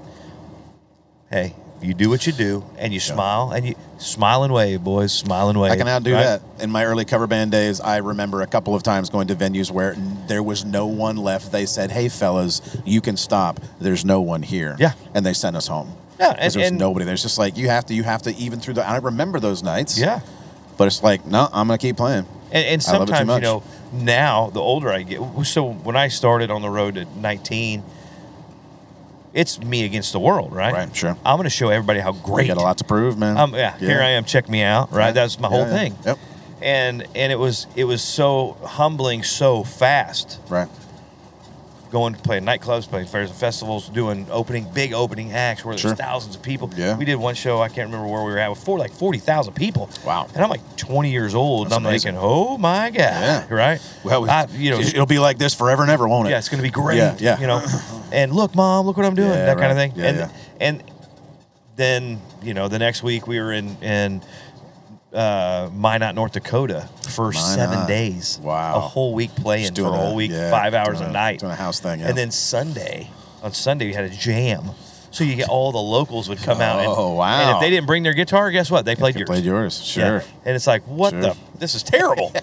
B: hey, you do what you do, and you smile, and you smile and wave, boys, smile and wave.
E: I can outdo
B: right?
E: that. In my early cover band days, I remember a couple of times going to venues where n- there was no one left. They said, "Hey, fellas, you can stop. There's no one here."
B: Yeah.
E: and they sent us home.
B: Yeah, and-
E: 'Cause there's
B: and-
E: nobody there. It's just like you have to, you have to even through the. I remember those nights.
B: Yeah,
E: but it's like no, I'm gonna keep playing.
B: and, and
E: I love it too
B: sometimes you
E: much.
B: know now the older I get. So when I started on the road at 19, it's me against the world, right?
E: Right, sure.
B: I'm going to show everybody how
E: We
B: great.
E: got a lot to prove, man.
B: Um, yeah, here I am. Check me out, right? That's my
E: Yeah,
B: whole
E: yeah.
B: thing.
E: Yep.
B: And and it was it was so humbling so fast
E: Right.
B: going to play nightclubs, playing fairs and festivals, doing opening big opening acts where there's
E: Sure.
B: thousands of people.
E: Yeah.
B: We did one show I can't remember where we were at before like forty thousand people.
E: Wow.
B: And I'm like twenty years old,
E: That's
B: and I'm
E: amazing.
B: thinking, oh my god,
E: Yeah.
B: right?
E: Well, we,
B: I, you know,
E: it'll be like this forever and ever, won't it?
B: yeah, it's going to be great.
E: Yeah, yeah.
B: You know, and look, mom, look what I'm doing,
E: Yeah,
B: that kind of
E: right.
B: thing.
E: Yeah,
B: and
E: yeah.
B: and then you know, the next week we were in in uh, Minot, North Dakota, for seven
E: Minot.
B: days.
E: Wow.
B: a whole week playing
E: Just
B: for
E: doing
B: a
E: a-
B: whole week,
E: yeah,
B: five hours
E: doing
B: a,
E: a-
B: night,
E: doing a house thing, yeah.
B: And then Sunday, on Sunday we had a jam. So you get all the locals would come out. And,
E: Oh, wow.
B: And if they didn't bring their guitar, guess what? They played
E: You
B: yours.
E: played yours.
B: Yeah.
E: Sure.
B: And it's like, what
E: Sure.
B: the? This is terrible.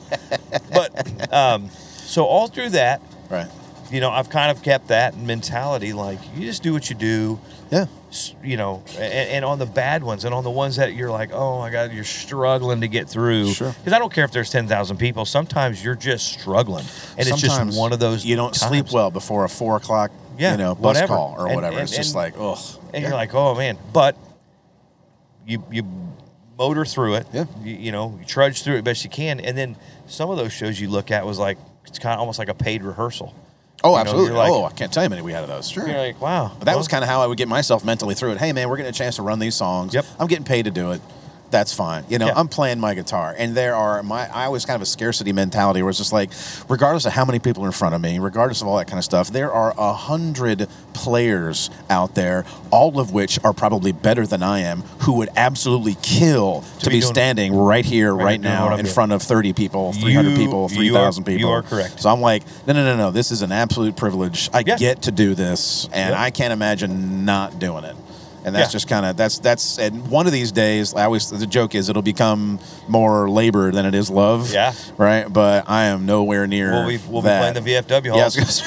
B: but um, so all through that,
E: Right.
B: you know, I've kind of kept that mentality. Like, you just do what you do,
E: Yeah.
B: s- you know, and, and on the bad ones and on the ones that you're like, oh my God, you're struggling to get through.
E: Sure.
B: Because I don't care if there's 10,000 people. Sometimes you're just struggling. And it's
E: Sometimes
B: just one of those.
E: You don't sleep
B: times.
E: well before a four o'clock,
B: Yeah,
E: you know, bus
B: whatever.
E: call or
B: And-
E: whatever.
B: and-
E: it's just
B: and-
E: like, ugh.
B: And
E: Yeah.
B: you're like, oh man. But you, you, motor through it
E: Yeah.
B: you, you know you trudge through it best you can and then some of those shows you look at was like it's kind of almost like a paid rehearsal
E: oh,
B: you're
E: absolutely.
B: like-
E: oh, I can't tell you how many we had of those. Sure.
B: you're like wow
E: But that was kind of how I would get myself mentally through it. Hey, man, we're getting a chance to run these songs.
B: Yep.
E: I'm getting paid to do it. That's fine. You know,
B: Yeah.
E: I'm playing my guitar, and there are my. I was kind of a scarcity mentality where it's just like, regardless of how many people are in front of me, regardless of all that kind of stuff, there are a hundred players out there, all of which are probably better than I am, who would absolutely kill to,
B: be
E: be,
B: doing-
E: standing right here, right,
B: right, doing
E: now,
B: what
E: in
B: I'm doing.
E: front of 30 people, 300
B: You- you
E: people,
B: are-
E: 3,000 people.
B: you are correct.
E: So I'm like, no, no, no, no. This is an absolute privilege. I
B: Yeah.
E: get to do this, and
B: Yeah.
E: I can't imagine not doing it. And that's
B: Yeah.
E: just kind of that's that's. And one of these days, I always the joke is it'll become more labor than it is love.
B: Yeah.
E: Right. But I am nowhere near.
B: we'll be, we'll be
E: that.
B: playing the vfw
E: Yeah, I
B: halls
E: was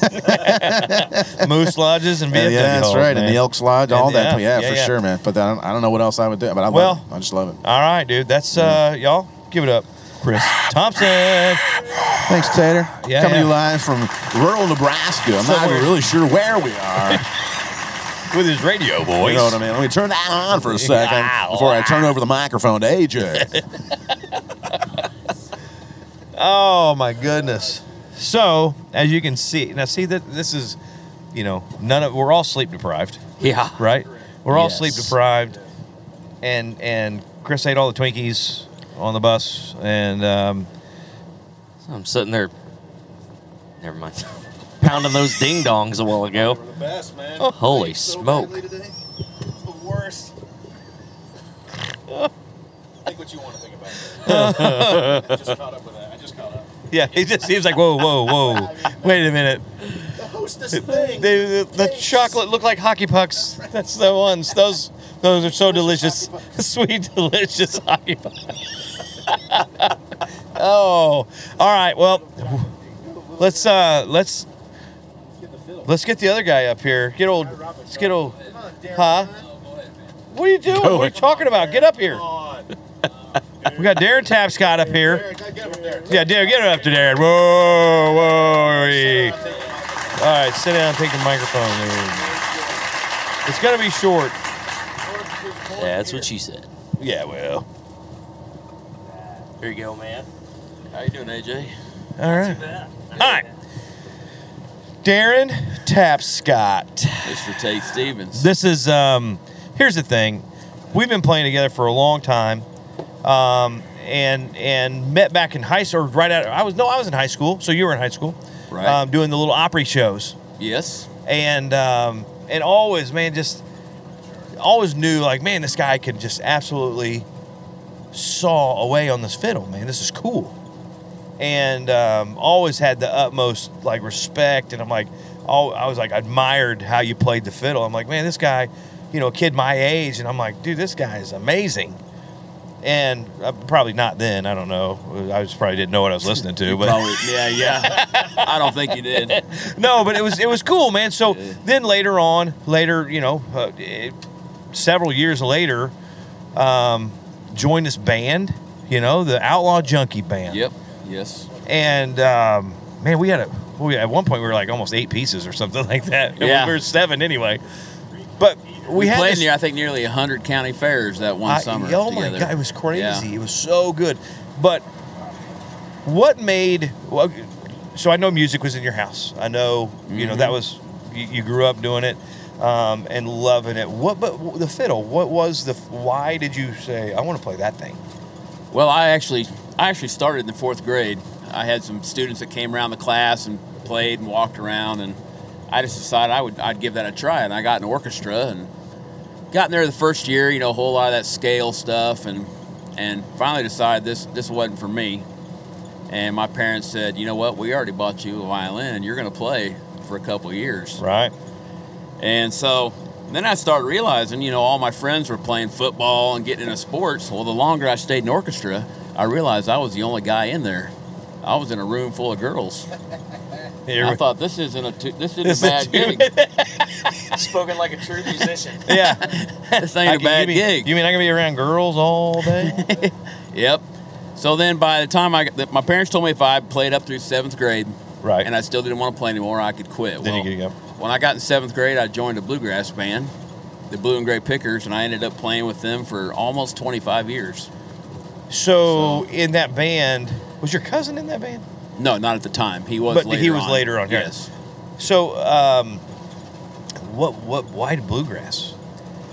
E: gonna say-
B: moose lodges and vfw
E: yeah, that's
B: halls,
E: right.
B: man.
E: And the Elks Lodge, all
B: And-
E: that.
B: yeah,
E: Yeah,
B: yeah,
E: for
B: yeah.
E: sure, man. But I don't, I don't know what else I would do. But I
B: Well-
E: love it. I just love it.
B: All right, dude. That's uh y'all give it up. Chris Thompson.
E: Thanks, Tater.
B: Yeah,
E: Coming to
B: yeah.
E: you live from rural Nebraska. I'm not
B: Somewhere.
E: even really sure where we are.
B: With his radio voice.
E: You know what I mean? Let me turn that on for a second
B: Wow.
E: before I turn over the microphone to AJ.
B: Oh my goodness. So as you can see now see that this is you know, none of we're all sleep deprived,
J: Yeah.
B: right? We're all sleep
J: Yes.
B: deprived. And and Chris ate all the Twinkies on the bus and um
J: I'm sitting there. Never mind. Pounding those ding dongs a while ago.
K: The best, man.
C: Oh.
J: Holy
K: So
J: smoke.
K: badly today. It's the worst. think what you want to think about. that. I just caught up with that. I just caught up.
B: yeah, he just seems like whoa, whoa, whoa. Wait a minute.
K: The hostess thing.
B: They, the, the chocolate look like hockey pucks. That's the ones. Those those are so delicious. Sweet, delicious hockey pucks. oh, all right. Well, let's uh let's let's get the other guy up here. Get old. Let's get old. Huh? What are you doing? What are you talking about? Get up here. We got Darren Tapscott up here. Yeah, Darren, get it up to Darren. Whoa, whoa. All right, sit down, take the microphone. There. It's gonna be short.
J: That's what she said.
B: Yeah, well.
J: Here you go, man. How you doing, AJ?
B: All right. All right. Darren Tapscott.
G: Mr. Tate Stevens.
B: This is um here's the thing. We've been playing together for a long time. Um and and met back in high school right out I was no, I was in high school, so you were in high school.
G: Right.
B: Um, doing the little Opry shows.
G: Yes.
B: and um, and always, man, just always knew like, man, this guy could just absolutely saw away on this fiddle, man. This is cool, and um, always had the utmost like respect, and I'm like, oh, I was like admired how you played the fiddle. I'm like, man, this guy, you know, a kid my age, and I'm like, dude, this guy is amazing. And uh, probably not then. I don't know. I just probably didn't know what I was listening to. But
G: Probably, yeah, yeah. I don't think you did.
B: no, but it was it was cool, man. So then later on, later, you know, uh, it, several years later, um, joined this band, you know, the Outlaw Junkie Band.
G: Yep. Yes.
B: And um, man, we had a we, at one point we were like almost eight pieces or something like that. And
G: Yeah.
B: we were seven anyway. But we, had
G: played
B: this,
G: near, I think, nearly hundred county fairs that one
B: I-
G: summer.
B: Oh my
G: together.
B: god, it was crazy.
G: Yeah.
B: It was so good. But what made well, so I know music was in your house. I know you know
G: Mm-hmm.
B: that was you, you grew up doing it um, and loving it. What but the fiddle? What was the why did you say I want to play that thing?
G: Well, I actually I actually started in the fourth grade. I had some students that came around the class and played and walked around, and I just decided I would I'd give that a try, and I got an orchestra and got in there the first year. You know, a whole lot of that scale stuff, and and finally decided this this wasn't for me. And my parents said, you know what, we already bought you a violin, and you're going to play for a couple of years.
B: Right.
G: And so then I started realizing, you know, all my friends were playing football and getting into sports. Well, the longer I stayed in orchestra, I realized I was the only guy in there. I was in a room full of girls. And I thought this isn't a t- this isn't a bad gig.
C: Spoken like a true musician.
B: yeah.
G: this ain't a
B: you
G: bad
B: mean,
G: gig.
B: You mean I can be around girls all day?
G: Yep. So then by the time I th- my parents told me if I played up through seventh grade,
B: Right.
G: and I still didn't want to play anymore, I could quit.
B: Then you could go.
G: When I got in seventh grade, I joined a bluegrass band, the Blue and Gray Pickers, and I ended up playing with them for almost 25 years.
B: So, in that band, was your cousin in that band?
G: No, not at the time. He was.
B: But he
G: later
B: was
G: on.
B: later on, yeah.
G: Yes.
B: So, um, what what why bluegrass?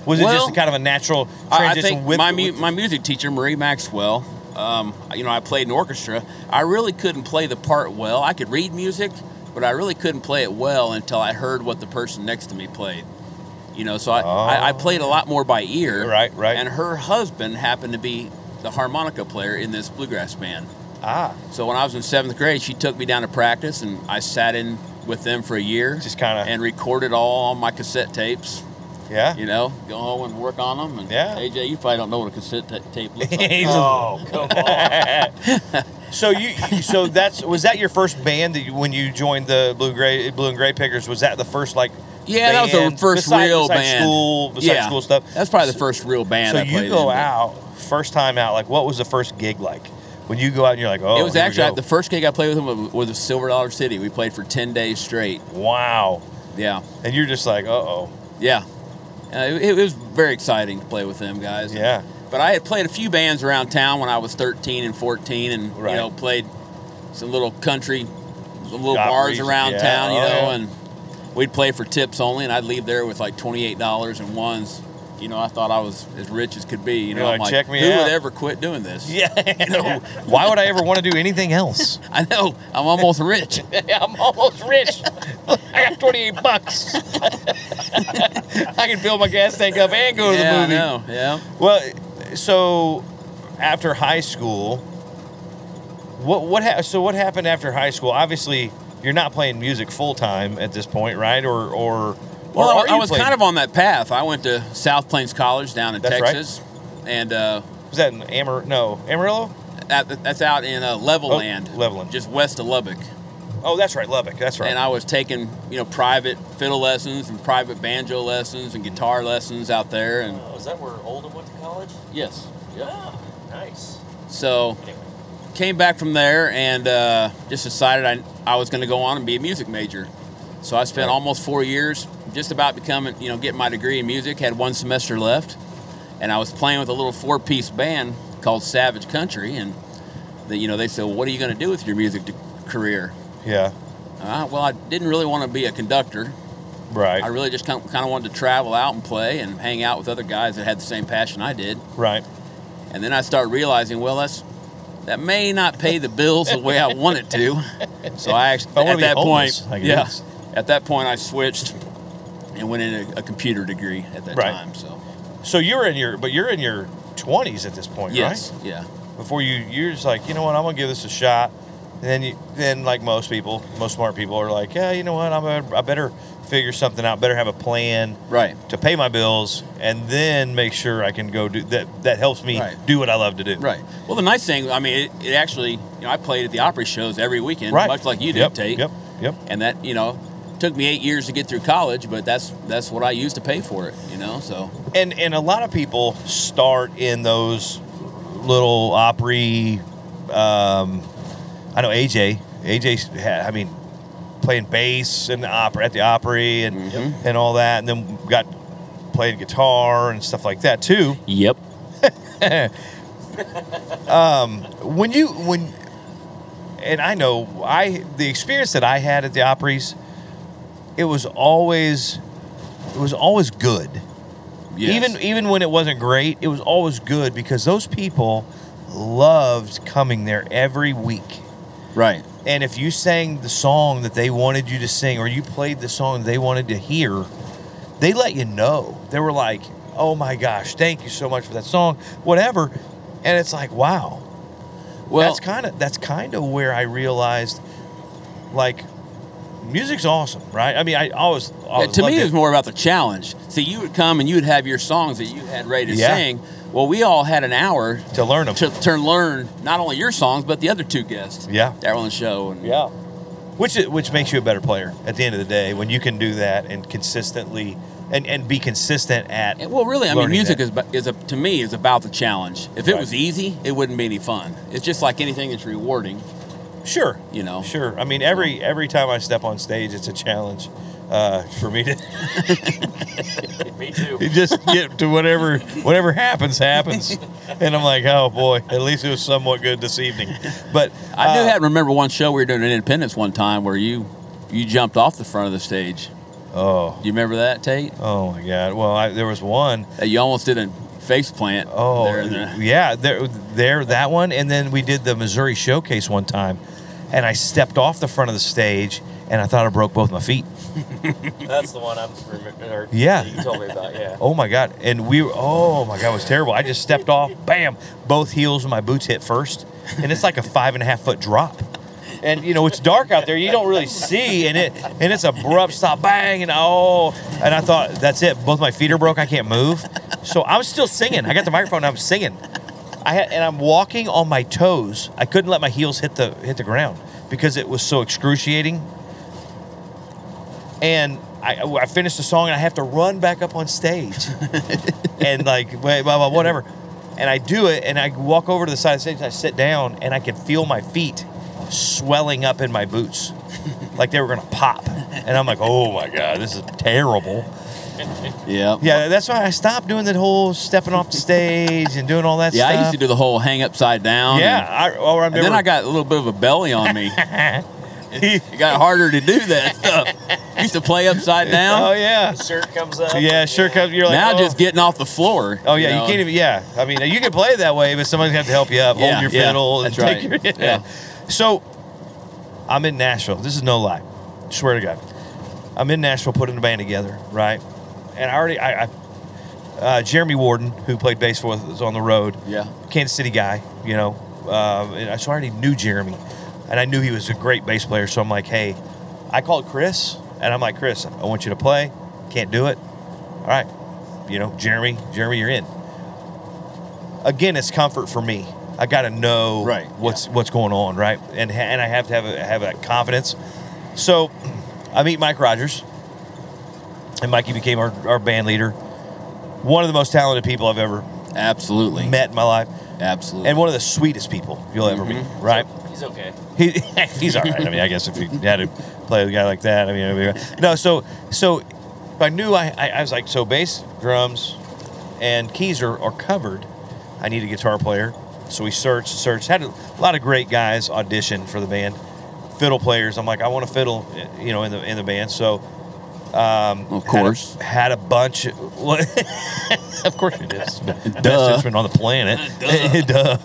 B: Was it
G: Well,
B: just kind of a natural
G: I, I
B: transition
G: think
B: with
G: my
B: with-
G: mu- my music teacher Marie Maxwell. Um, you know, I played in orchestra. I really couldn't play the part well. I could read music, but I really couldn't play it well until I heard what the person next to me played. You know, so I, I, I played a lot more by ear.
B: Oh. Right, right.
G: And her husband happened to be the harmonica player in this bluegrass band.
B: ah
G: So when I was in seventh grade, she took me down to practice, and I sat in with them for a year.
B: Just kinda-
G: and recorded all on my cassette tapes.
B: yeah
G: You know, go home and work on them. And
B: Yeah.
G: AJ, you probably don't know what a cassette ta- tape looks like.
C: Oh, come on.
B: so you so that's was that your first band that you, when you joined the blue gray blue and gray pickers was that the first like
G: yeah, that was the
B: band
G: first
B: beside-
G: real
B: beside
G: band.
B: school beside
G: yeah.
B: school stuff
G: That's probably the first real band.
B: so
G: I
B: you
G: played in,
B: go
G: but
B: out first time out like what was the first gig like when you go out and you're like oh
G: It was
B: here we
G: actually
B: go.
G: the first gig I played with him was with Silver Dollar City. We played for ten days straight.
B: wow
G: Yeah,
B: and you're just like uh oh
G: yeah. Uh, it, it was very exciting to play with them guys.
B: yeah
G: But I had played a few bands around town when I was 13 and 14, and
B: Right.
G: you know played some little country, some little
B: Got
G: bars
B: reason-
G: around
B: yeah,
G: town, you
B: oh,
G: know,
B: yeah.
G: and we'd play for tips only, and I'd leave there with like 28 dollars and ones. You know, I thought I was as rich as could be. You know,
B: You're
G: I'm
B: like,
G: like,
B: "Check me
G: who
B: out."
G: would ever quit doing this?
B: yeah why would I ever want to do anything else
G: I know. I'm almost rich.
I: I'm almost rich. I got 28 bucks. I can fill my gas tank up and go to
G: yeah,
I: the movie.
G: I know. Yeah.
B: Well, so after high school, what what ha- so what happened after high school? Obviously, you're not playing music full time at this point, right? Or or
G: Well,
B: or
G: I-
B: are
G: I,
B: you
G: was
B: playing-
G: kind of on that path. I went to South Plains College down in
B: That's right.
G: Texas, and uh,
B: was that in Amar no Amarillo?
G: at, that's out in uh,
B: Oh,
G: Leveland,
B: Leveland.
G: just west of Lubbock.
B: Oh, that's right, Lubbock. That's right.
G: and I was taking you know private fiddle lessons and private banjo lessons and guitar lessons out there and
C: Oh, is that where Oldham went to college?
G: yes
C: Ah, nice.
G: so
C: Anyway,
G: came back from there and uh, just decided I, I was going to go on and be a music major so I spent almost four years just about becoming you know getting my degree in music had one semester left and I was playing with a little four piece band called Savage Country and the, you know they said well, what are you going to do with your music d- career
B: yeah,
G: uh, well I didn't really want to be a conductor
B: right,
G: I really just kind of, kind of wanted to travel out and play and hang out with other guys that had the same passion I did.
B: right.
G: And then I started realizing, well, that's that may not pay the bills the way I want it to. So I
B: I
G: actually
B: wanna
G: at
B: be
G: that
B: homeless, I
G: point,
B: can do
G: yeah,
B: this.
G: at that point I switched and went into a computer degree at that
B: Right.
G: time. So
B: So you're in your but you're in your 20s at this point,
G: yes,
B: right?
G: yeah,
B: Before you you're just like, you know what? I'm going to give this a shot. And then you then like most people, most smart people are like, yeah, you know what? I'm a, I better figure something out, better have a plan.
G: right,
B: to pay my bills and then make sure I can go do that. That helps me
G: Right.
B: do what I love to do.
G: right. Well, the nice thing, I mean, it, it actually, you know, I played at the Opry shows every weekend,
B: Right.
G: much like you did,
B: Yep.
G: Tate.
B: Yep. Yep.
G: And that, you know, took me eight years to get through college, but that's that's what I used to pay for it, you know. So
B: And and a lot of people start in those little Opry. Um, I know AJ. AJ had. I mean, playing bass in the opera at the Opry and and all that, and then got playing guitar and stuff like that too.
G: Yep.
B: when you when and I know I the experience that I had at the Opry's, it was always, it was always good.
G: Yes.
B: Even even when it wasn't great, it was always good because those people loved coming there every week.
G: right.
B: And if you sang the song that they wanted you to sing or you played the song they wanted to hear, they let you know. They were like, "Oh my gosh, thank you so much for that song, whatever." And it's like, "Wow."
G: Well,
B: that's kind of that's kind of where I realized like music's awesome, right? I mean, I always, always
G: Yeah, to me,
B: loved
G: it
B: it.
G: was more about the challenge. See, you would come and you would have your songs that you had ready to
B: Yeah.
G: sing. Well, we all had an hour
B: to learn them.
G: to, to learn not only your songs but the other two guests.
B: Yeah.
G: that were on the show. And
B: Yeah. Which is- which makes you a better player at the end of the day when you can do that and consistently and, and be consistent at
G: And, well, really, I mean,
B: learning
G: music
B: that.
G: is about- is a, to me is about the challenge. If it
B: Right.
G: was easy, it wouldn't be any fun. It's just like anything that's rewarding.
B: sure
G: you know.
B: sure I mean every every time I step on stage it's a challenge uh, for me to
C: Me too.
B: just get to whatever whatever happens happens and I'm like oh boy at least it was somewhat good this evening but
G: I do
B: uh,
G: have remember one show we were doing in Independence one time where you you jumped off the front of the stage.
B: oh
G: You remember that, Tate?
B: oh my god well I, there was one
G: That you almost did a face plant.
B: Oh,
G: there in the-
B: yeah, there, there, that one, and then we did the Missouri Showcase one time, and I stepped off the front of the stage, and I thought I broke both my feet.
C: That's the one I'm remembering. or
B: Yeah.
C: You told me about, yeah.
B: Oh my god! And we, were, oh my god, it was terrible. I just stepped off, bam, both heels of my boots hit first, and it's like a five and a half foot drop. And you know it's dark out there; you don't really see, and it and it's abrupt stop, bang, and oh, and I thought that's it. Both my feet are broke; I can't move. So I'm still singing. I got the microphone. and I'm singing. I had, and I'm walking on my toes. I couldn't let my heels hit the hit the ground because it was so excruciating and I, I finished the song and I have to run back up on stage and like wait, blah, blah, whatever. And I do it and I walk over to the side of the stage and I sit down and I can feel my feet swelling up in my boots like they were going to pop. And I'm like, oh my God, this is terrible.
G: yeah.
B: Yeah, that's why I stopped doing that whole stepping off the stage and doing all that
G: Yeah,
B: stuff.
G: I used to do the whole hang upside down.
B: Yeah,
G: and-
B: I, or I
G: And, then
B: remember-
G: I got a little bit of a belly on me. it got harder to do that stuff. Used to play upside
B: Oh,
G: down.
B: yeah.
C: Shirt comes up.
B: Yeah, sure. Cause you're like,
G: now
B: oh.
G: just getting off the floor.
B: Oh yeah, you,
G: know.
B: can't even. Yeah, I mean, you can play that way, but somebody's gonna have to help you up,
G: Yeah,
B: hold your
G: yeah,
B: fiddle, and
G: that's
B: take
G: right.
B: your.
G: Yeah.
B: So, I'm in Nashville. This is no lie, swear to God. I'm in Nashville putting the band together, right? And I already, I, I uh, Jeremy Warden, who played bass for us, was on the road.
G: Yeah.
B: Kansas City guy, you know. Uh, and I- so I already knew Jeremy, and I knew he was a great bass player. So I'm like, hey, I called Chris, and I'm like, Chris, I want you to play. Can't do it. All right, you know, Jeremy, Jeremy, you're in. Again, it's comfort for me. I got to know
G: Right,
B: what's what's going on, right? And ha- and I have to have a, have that confidence. So I meet Mike Rogers, and Mikey became our, our band leader. One of the most talented people I've ever
G: Absolutely.
B: met in my life,
G: Absolutely.
B: and one of the sweetest people you'll ever meet. Right?
C: He's okay.
B: He, he's all right. I mean, I guess if you had to play with a guy like that, I mean, it'd be all right. no. So, so I knew I, I, I was like, so bass, drums, and keys are, are covered. I need a guitar player. So we searched, searched. Had a lot of great guys audition for the band. Fiddle players. I'm like, I want to fiddle, you know, in the in the band. So
G: of course.
B: had a bunch. Well, of course it is. Best
G: Duh.
B: instrument on the planet. Duh.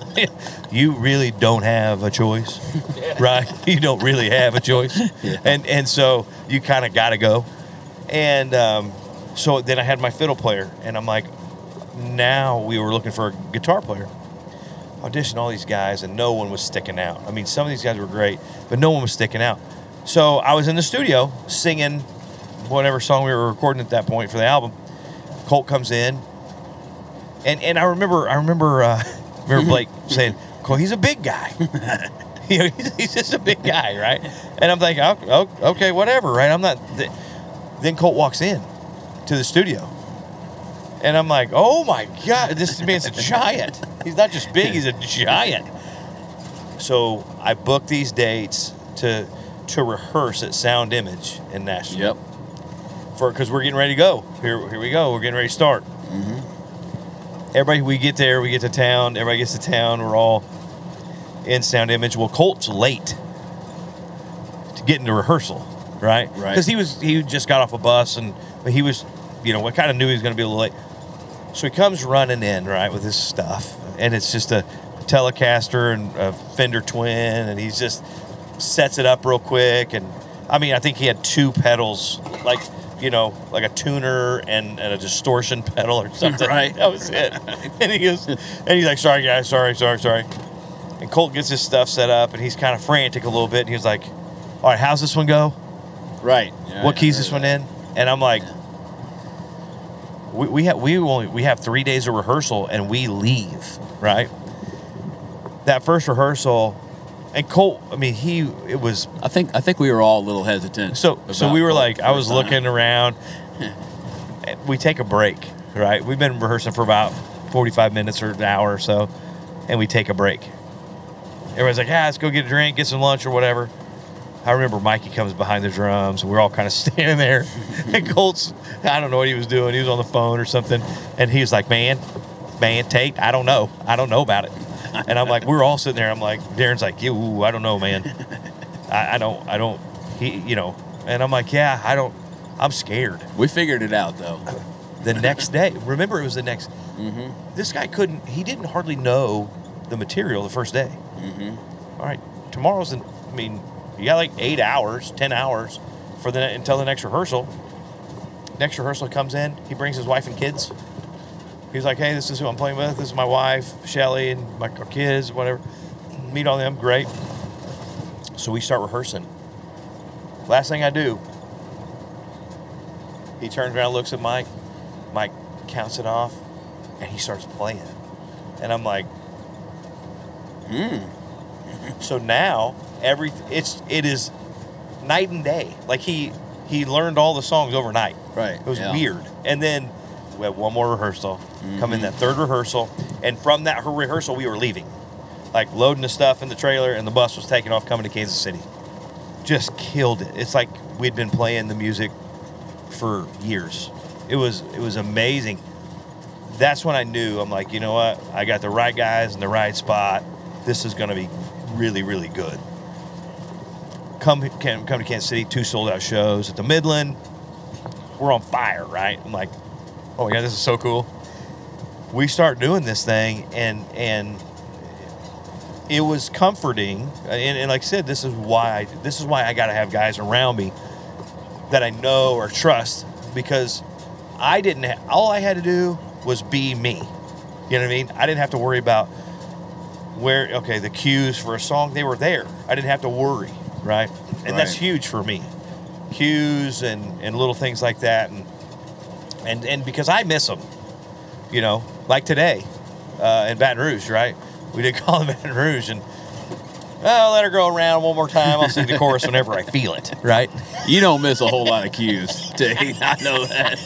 B: You really don't have a choice, right? You don't really have a choice, and and so you kind of got to go. And um, so then I had my fiddle player, and I'm like, now we were looking for a guitar player. Auditioned all these guys, and no one was sticking out. I mean, some of these guys were great, but no one was sticking out. So I was in the studio singing whatever song we were recording at that point for the album. Colt comes in, and and I remember I remember uh, remember Blake saying, "Colt, he's a big guy. you know, he's, he's just a big guy, right?" And I'm thinking, "Oh, oh, okay, whatever, right? I'm not." Th-. Then Colt walks in to the studio, and I'm like, "Oh my god, this man's a giant. He's not just big; he's a giant." So I booked these dates to to rehearse at Sound Image in Nashville
G: Yep.
B: for because we're getting ready to go. Here, here we go. We're getting ready to start. Everybody, we get there. We get to town. Everybody gets to town. We're all in sound image. Well, Colt's late to get into rehearsal, right?
G: Right.
B: Because he was he just got off a bus and he was, you know, what kind of knew he was going to be a little late. So he comes running in, right, with his stuff, and it's just a Telecaster and a Fender Twin, and he's just sets it up real quick. And I mean, I think he had two pedals, like you know, like a tuner and, and a distortion pedal or something.
G: Right.
B: That was it. And he goes, and he's like, "Sorry, guys, sorry, sorry, sorry." And Colt gets his stuff set up, and he's kind of frantic a little bit. And he was like, "All right, how's this one go?
G: Right. Yeah,
B: what
G: I
B: keys
G: heard
B: this one in?" And I'm like, "We, we have we only we have three days of rehearsal, and we leave right." That first rehearsal, and Colt, I mean, he it was
G: I think I think we were all a little hesitant.
B: so so
G: about
B: we were
G: the
B: like, I
G: first
B: was
G: time.
B: looking around. we take a break, right? We've been rehearsing for about forty-five minutes or an hour or so, and we take a break. Everybody's like, "Yeah, let's go get a drink, get some lunch or whatever." I remember Mikey comes behind the drums, and we're all kind of standing there. and Colt's, I don't know what he was doing. He was on the phone or something, and he was like, "Man, man, Tate, I don't know, I don't know about it." And I'm like, we're all sitting there. I'm like, Darren's like, "Yeah, ooh, I don't know, man." I, I don't, I don't, he, you know, and I'm like, yeah, I don't, I'm scared.
G: We figured it out though.
B: The next day, remember it was the next, this guy couldn't, he didn't hardly know the material the first day. All right, tomorrow's, the, I mean, you got like eight hours, 10 hours for the, until the next rehearsal. Next rehearsal comes in, he brings his wife and kids. He's like, hey, this is who I'm playing with. This is my wife, Shelly, and my our kids, whatever. Meet all them, great. So we start rehearsing. Last thing I do, he turns around, looks at Mike. Mike counts it off, and he starts playing. And I'm like, hmm. so now every it's it is night and day. Like he he learned all the songs overnight.
G: Right,
B: It was
G: yeah.
B: weird. And then we had one more rehearsal. Come in that third rehearsal, and from that rehearsal we were leaving, like loading the stuff in the trailer, and the bus was taking off coming to Kansas City. Just killed it. It's like we'd been playing the music for years. It was it was amazing. That's when I knew I'm like, you know what? I got the right guys in the right spot. This is going to be really really good. Come can, come to Kansas City, two sold out shows at the Midland. We're on fire, right? I'm like, oh my god, this is so cool. We start doing this thing, and and it was comforting. uh, And, and like I said, this is why this is why I got to have guys around me that I know or trust because I didn't. Ha- all I had to do was be me. You know what I mean? I didn't have to worry about where okay the cues for a song they were there. I didn't have to worry, right? And that's
G: Right.
B: huge for me. Cues and and little things like that, and and and because I miss them, you know, like today uh, in Baton Rouge, right? We did call in Baton Rouge and. I'll let her go around one more time. I'll sing the chorus whenever I feel it, right?
G: You don't miss a whole lot of cues, Tate. I know that.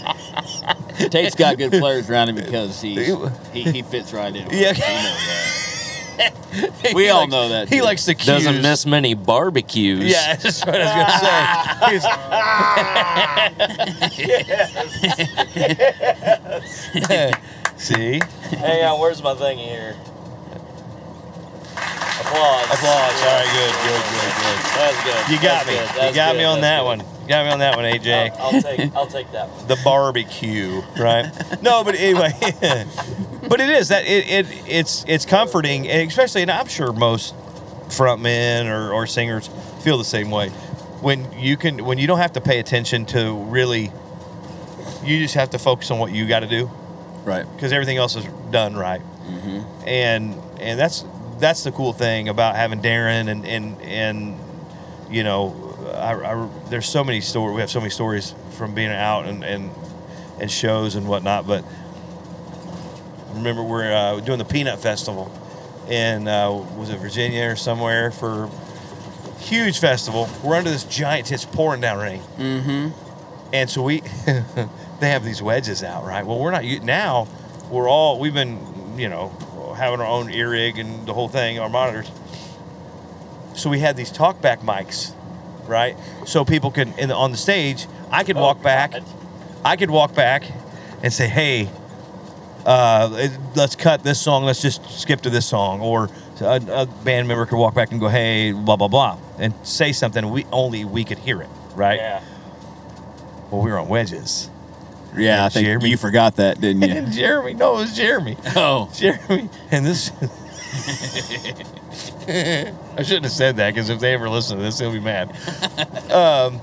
G: Tate's got good players around him because he's, he he fits right in. with
B: Yeah.
G: it. We know that.
B: He
G: We all
B: likes-
G: know that,
B: He
G: too.
B: likes the cues.
J: Doesn't miss many barbecues.
B: Yeah, that's what I was gonna say. He's-
C: Hang
B: uh,
C: on, uh, where's my thing here? Applause.
B: Applause. All right, good, good, good,
C: That's good.
B: good. You got
C: That's
B: me.
C: good. That's
B: you got
C: good.
B: me on
C: That's
B: that
C: good.
B: one. You got me on that one, AJ.
C: I'll, I'll take. I'll take that. One.
B: the barbecue, right? no, but anyway, but it is that it, it it's it's comforting, and especially, and I'm sure most frontmen or, or singers feel the same way when you can when you don't have to pay attention to really, you just have to focus on what you got to do
G: Right.
B: because everything else is done right. And and that's that's the cool thing about having Darren and and and you know, I, I- there's so many stories. We have so many stories from being out and and and shows and whatnot. But remember, we're uh, doing the Peanut Festival in uh, was it Virginia or somewhere for huge festival. We're under this giant. It's pouring down rain. And so we, they have these wedges out, right? Well, we're not u- now. We're all we've been, you know, having our own ear rig and the whole thing, our monitors. So we had these talkback mics, right? So people could in the, on the stage. I could walk back.
C: Oh, God.
B: I could walk back and say, "Hey, uh, it- let's cut this song. Let's just skip to this song." Or a, a band member could walk back and go, "Hey, blah blah blah." and say something we only we could hear it, right?
C: Yeah.
B: Well, we were on wedges.
G: Yeah, I think
B: Jeremy.
G: you forgot that, didn't you?
B: And Jeremy, no, it was Jeremy.
G: oh,
B: Jeremy, and this. I shouldn't have said that because if they ever listen to this, they'll be mad. Um,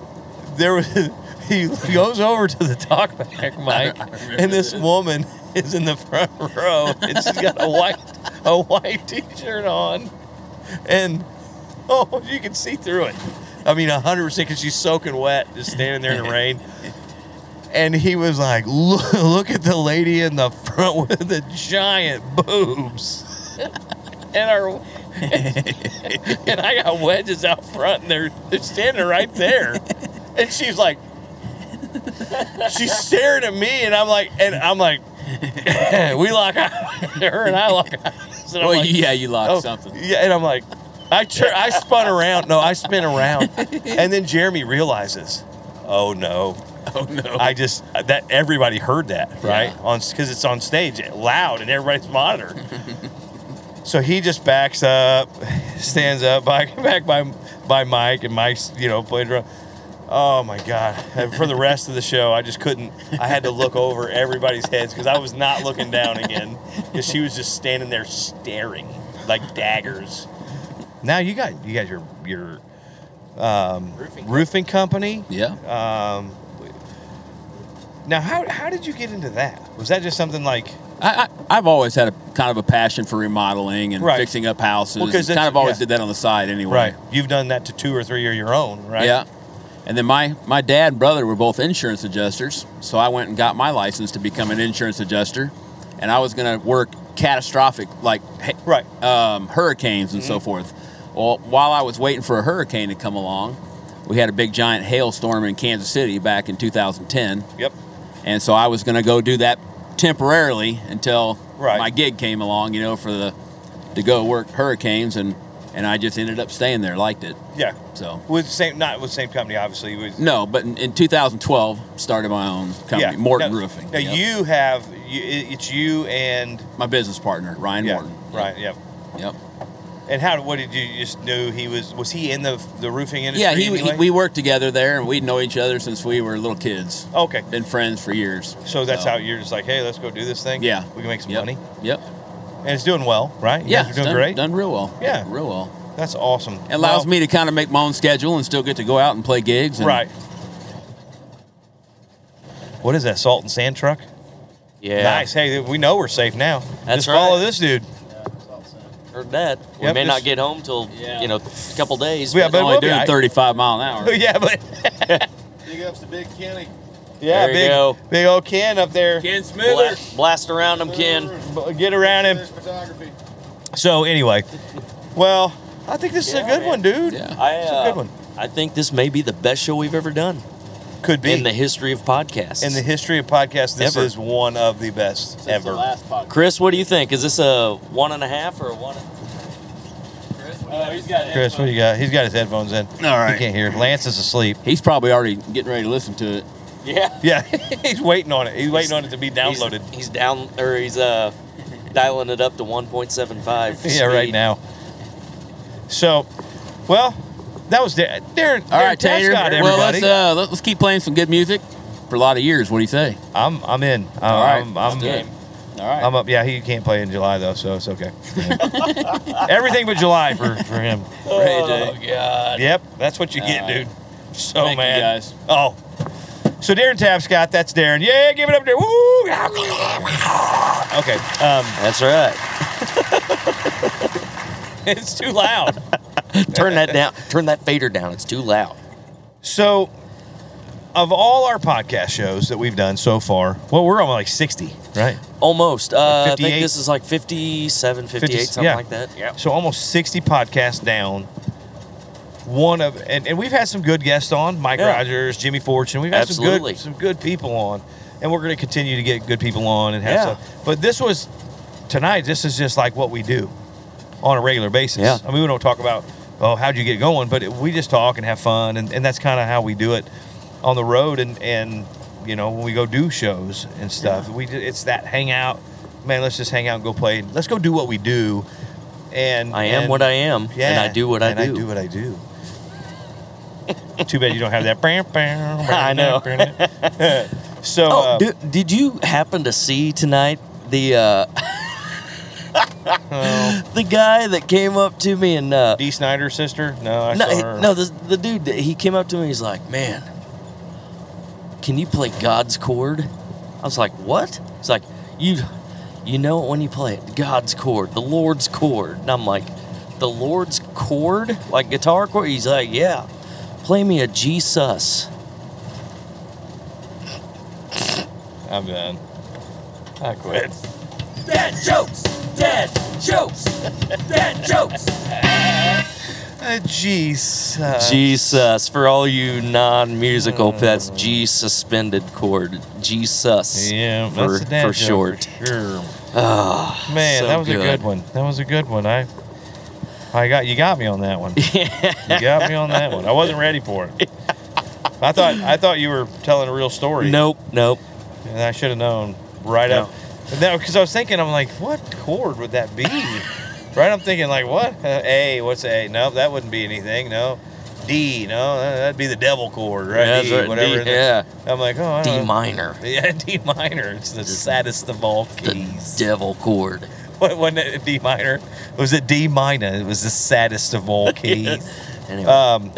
B: there was he goes over to the talkback mic, and this woman is in the front row, and she's got a white a white t-shirt on, and oh, you can see through it. I mean, hundred percent because she's soaking wet, just standing there in the rain and he was like, "Look, look at the lady in the front with the giant boobs," and our and I got wedges out front, and they're they're standing right there, and she's like, she's staring at me, and I'm like, and I'm like, we lock eyes, her and I lock eyes, and I'm
G: well,
B: like,
G: yeah, you locked
B: Oh,
G: something.
B: Yeah, and I'm like, I tur- I spun around. No, I spin around, and then Jeremy realizes, oh no.
G: Oh no.
B: I just that everybody heard that right on because it's on stage loud and everybody's monitored. so he just backs up, stands up, back back by by Mike and Mike's you know played around. Oh my god! And for the rest of the show, I just couldn't. I had to look over everybody's heads because I was not looking down again because she was just standing there staring like daggers. Now you got you got your your um,
G: Roofing.
B: roofing company.
G: yeah.
B: Um, now, how, how did you get into that? Was that just something like
G: I, I, I've always had a kind of a passion for remodeling and
B: Right.
G: fixing up houses.
B: Well, 'cause
G: and
B: it's-
G: kind of always
B: yeah.
G: did that on the side anyway.
B: You've done that to two or three of your own, right?
G: Yeah. And then my, my dad and brother were both insurance adjusters, so I went and got my license to become an insurance adjuster, and I was going to work catastrophic like he-
B: Right.
G: um, hurricanes and so
B: Mm-hmm.
G: forth. Well, while I was waiting for a hurricane to come along, we had a big giant hailstorm in Kansas City back in 2010,
B: Yep.
G: and so I was going to go do that temporarily until
B: Right.
G: my gig came along, you know, for the to go work hurricanes, and and I just ended up staying there, liked it,
B: Yeah.
G: so.
B: With the same, not with the same company, obviously. With,
G: No, but in, in 2012, started my own company,
B: yeah.
G: Morton
B: Now-
G: Roofing.
B: Now
G: Yep.
B: you have, you, it- it's you and
G: my business partner, Ryan
B: yeah,
G: Morton.
B: right? Yep.
G: Yep.
B: And how? What did you you just knew he was? Was he in the the roofing industry?
G: Yeah, he, he,
B: anyway?
G: we worked together there, and we know each other since we were little kids.
B: Okay.
G: Been friends for years.
B: So that's how you're just like, hey, let's go do this thing.
G: Yeah.
B: We can make some
G: Yep.
B: money,
G: Yep.
B: and it's doing well, right? You
G: yeah.
B: guys are
G: it's
B: doing
G: done,
B: great.
G: Done real well.
B: Yeah.
G: Real well.
B: That's awesome.
G: It allows
B: Well,
G: me to kind of make my own schedule and still get to go out and play gigs. And
B: Right. What is that salt and sand truck?
C: Yeah.
B: Nice. Hey, we know we're safe now.
C: That's
B: just follow
C: right.
B: this dude.
C: Heard that. We
B: Yep,
C: may
B: just-
C: not get home till
G: Yeah.
C: you know a couple days.
B: Yeah,
C: Yeah,
B: but-
G: It's
C: but
G: only
B: we'll be
G: doing
B: all right.
G: 35 mile an hour.
B: yeah, but
K: Big ups to Big Kenny.
B: yeah,
C: There you
B: big
C: go.
B: big old Ken up there.
G: Ken Smoother.
C: bla- blast around them, Ken.
B: B- Get around him.
K: There's photography.
B: So anyway, well, I think this is a
C: Yeah,
B: good
C: man.
B: one, dude.
G: Yeah.
C: I,
B: It's a
C: uh,
B: good one.
C: I think this may be the best show we've ever done
B: Could be
C: in the history of podcasts.
B: In the history of podcasts. This
C: Ever.
B: is one of the best
G: Since the
B: ever.
G: last podcast.
C: Chris, what do you think? Is this a one and a half or a one? Chris, oh, he's got
B: Chris, what do you got? He's got his headphones in.
G: All
B: He
G: right.
B: can't hear. Lance is asleep.
G: He's probably already getting ready to listen to it.
C: Yeah,
B: Yeah, he's waiting on it. He's waiting on it to be downloaded.
C: He's, he's down or he's uh dialing it up to 1.75.
B: Yeah, right
C: speed.
B: now. So, well, that was Dar- Darren.
G: All right,
B: Darren
G: Tater.
B: Prescott,
G: Well, let's,
B: everybody.
G: uh, let- let's keep playing some good music for a lot of years. What do you say?
B: I'm I'm in. I'm,
G: All right,
B: I'm,
G: let's
B: I'm,
G: do it. All right.
B: I'm up. Yeah, he can't play in July though, so it's okay. Everything but July for, for him.
G: Ready to-
B: Yep, that's what you get,
G: All
B: dude.
G: right.
B: So
G: Thank you,
B: mad.
G: guys.
B: Oh. So Darren Tapscott, that's Darren. Yeah, give it up, Darren. Woo! Okay. Um,
C: That's right.
B: it's too loud.
C: Turn that down. Turn that fader down. It's too loud.
B: So, of all our podcast shows that we've done so far, well, we're on like 60, right?
C: Almost. Uh, I
B: 58?
C: think this is like 57, 58,
B: 50
C: something
B: yeah.
C: like that. Yeah.
B: So, almost 60 podcasts down. One of, and, and we've had some good guests on Mike
C: Yeah.
B: Rogers, Jimmy Fortune. We've had
C: Absolutely.
B: some good, some good people on, and we're going to continue to get good people on and have
C: Yeah.
B: stuff. But this was tonight, this is just like what we do on a regular basis.
C: Yeah.
B: I mean, we don't talk about, oh, how'd you get going? But it, we just talk and have fun. And, and that's kind of how we do it on the road. And, and, you know, when we go do shows and stuff, we ju- it's that hangout. Man, let's just hang out and go play. Let's go do what we do. And
C: I am
B: and-
C: what I am,
B: yeah,
C: and I do what I
B: and
C: do.
B: I do what I do. Too bad you don't have that. I
C: I know.
B: so,
C: Oh,
B: uh,
C: did, did you happen to see tonight the uh, the guy that came up to me and uh,
B: Dee um, Snyder's sister? No, I
C: no,
B: saw
C: he-
B: her.
C: no, the, the dude that- he came up to me. He's like, "Man, can you play God's chord?" I was like, "What?" He's like, "You, you know it when you play it, God's chord, the Lord's chord." And I'm like, "The Lord's chord, like guitar chord?" He's like, "Yeah, play me a G sus."
B: I'm done. I quit.
C: Dad jokes, dad jokes, dad jokes.
B: Uh, Jeez.
C: Jesus, for all you
B: Mm.
C: non-musical, that's G suspended chord. Jesus.
B: yeah,
C: for,
B: that's a dad
C: for
B: joke
C: short.
B: For sure.
C: Ah,
B: Man,
C: so
B: that was a
C: good.
B: good one. That was a good one. I, I got you. Got me on that one. you got me on that one. I wasn't ready for it. I thought I thought you were telling a real story.
C: Nope, nope.
B: and I should have known right
C: No.
B: up. No, because I was thinking, I'm like, what chord would that be? right, I'm thinking like, what Uh, A? What's A? No, that wouldn't be anything. No, D. No, uh, that'd be the devil chord, right?
C: That's
B: D,
C: right, D,
B: whatever.
C: yeah.
B: I'm like, oh, I don't
C: D
B: know.
C: minor.
B: Yeah, D minor. It's the saddest of all keys.
C: The devil chord.
B: What wasn't it D minor? It was a D minor. It was the saddest of all keys.
C: Anyway.
B: Um,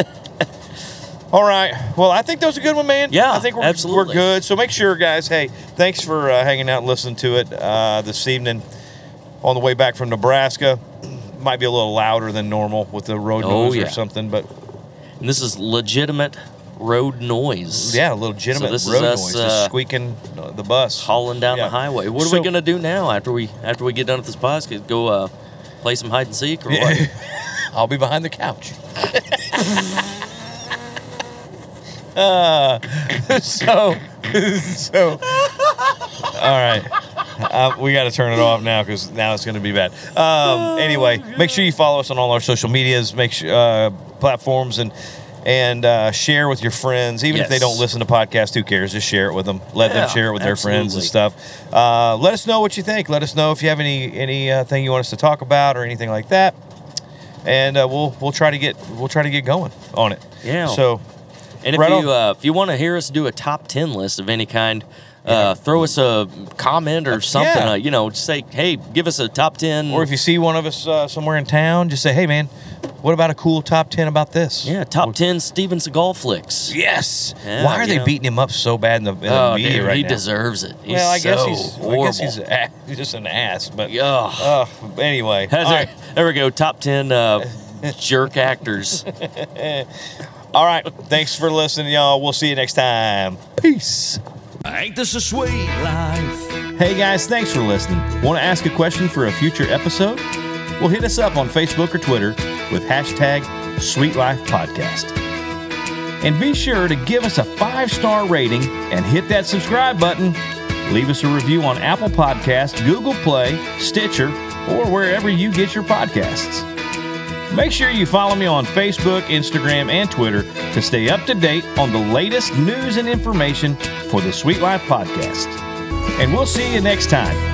B: all right. Well, I think that was a good one, man.
C: Yeah,
B: I think we're,
C: absolutely.
B: we're good. So make sure, guys. Hey, thanks for uh, hanging out and listening to it uh, this evening on the way back from Nebraska. Might be a little louder than normal with the road
C: Oh,
B: noise
C: yeah.
B: or something, but
C: and this is legitimate road noise.
B: yeah, a little legitimate
C: this is
B: road
C: us,
B: noise,
C: uh,
B: the squeaking uh, the bus.
C: Hauling down
B: Yeah.
C: the highway. What are
B: So-
C: we gonna do now after we after we get done with this podcast? Go uh, play some hide and seek or what?
B: I'll be behind the couch. uh, so, so, all right. Uh, we got to turn it off now because now it's going to be bad. Um, anyway, make sure you follow us on all our social medias, make sure uh, platforms, and and uh, share with your friends. Even if they
C: Yes.
B: don't listen to podcasts, who cares? Just share it with them. Let
C: Yeah,
B: them share it with their friends and
C: absolutely.
B: stuff stuff. Uh, let us know what you think. Let us know if you have any any uh, thing you want us to talk about or anything like that, and uh, we'll we'll try to get we'll try to get going on it.
C: Yeah.
B: So
C: And if
B: Right
C: you uh, if you want to hear us do a top ten list of any kind, uh, throw us a comment or something.
B: yeah.
C: Uh, you know, just say, hey, give us a top ten.
B: or if you see one of us uh, somewhere in town, just say, hey man, what about a cool top ten about this?
C: yeah, top ten Steven Seagal flicks.
B: Yes.
C: Yeah,
B: Why are
C: you
B: they
C: know.
B: beating him up so bad in the, in the
C: Oh,
B: media
C: dude,
B: right
C: he
B: now?
C: deserves it. He's
B: well, I guess
C: so
B: he's
C: horrible.
B: I guess he's, a, he's just an ass, but
C: Ugh.
B: Ugh, anyway,
C: That's
B: all
C: it.
B: right.
C: There we go. Top ten uh, jerk actors.
B: all right. Thanks for listening, y'all. We'll see you next time. Peace.
A: Ain't this a sweet life?
B: Hey guys, thanks for listening. Want to ask a question for a future episode? Well, hit us up on Facebook or Twitter with hashtag SweetLifePodcast. And be sure to give us a five star rating and hit that subscribe button. Leave us a review on Apple Podcasts, Google Play, Stitcher, or wherever you get your podcasts. Make sure you follow me on Facebook, Instagram, and Twitter to stay up to date on the latest news and information for the Sweet Life Podcast and we'll see you next time.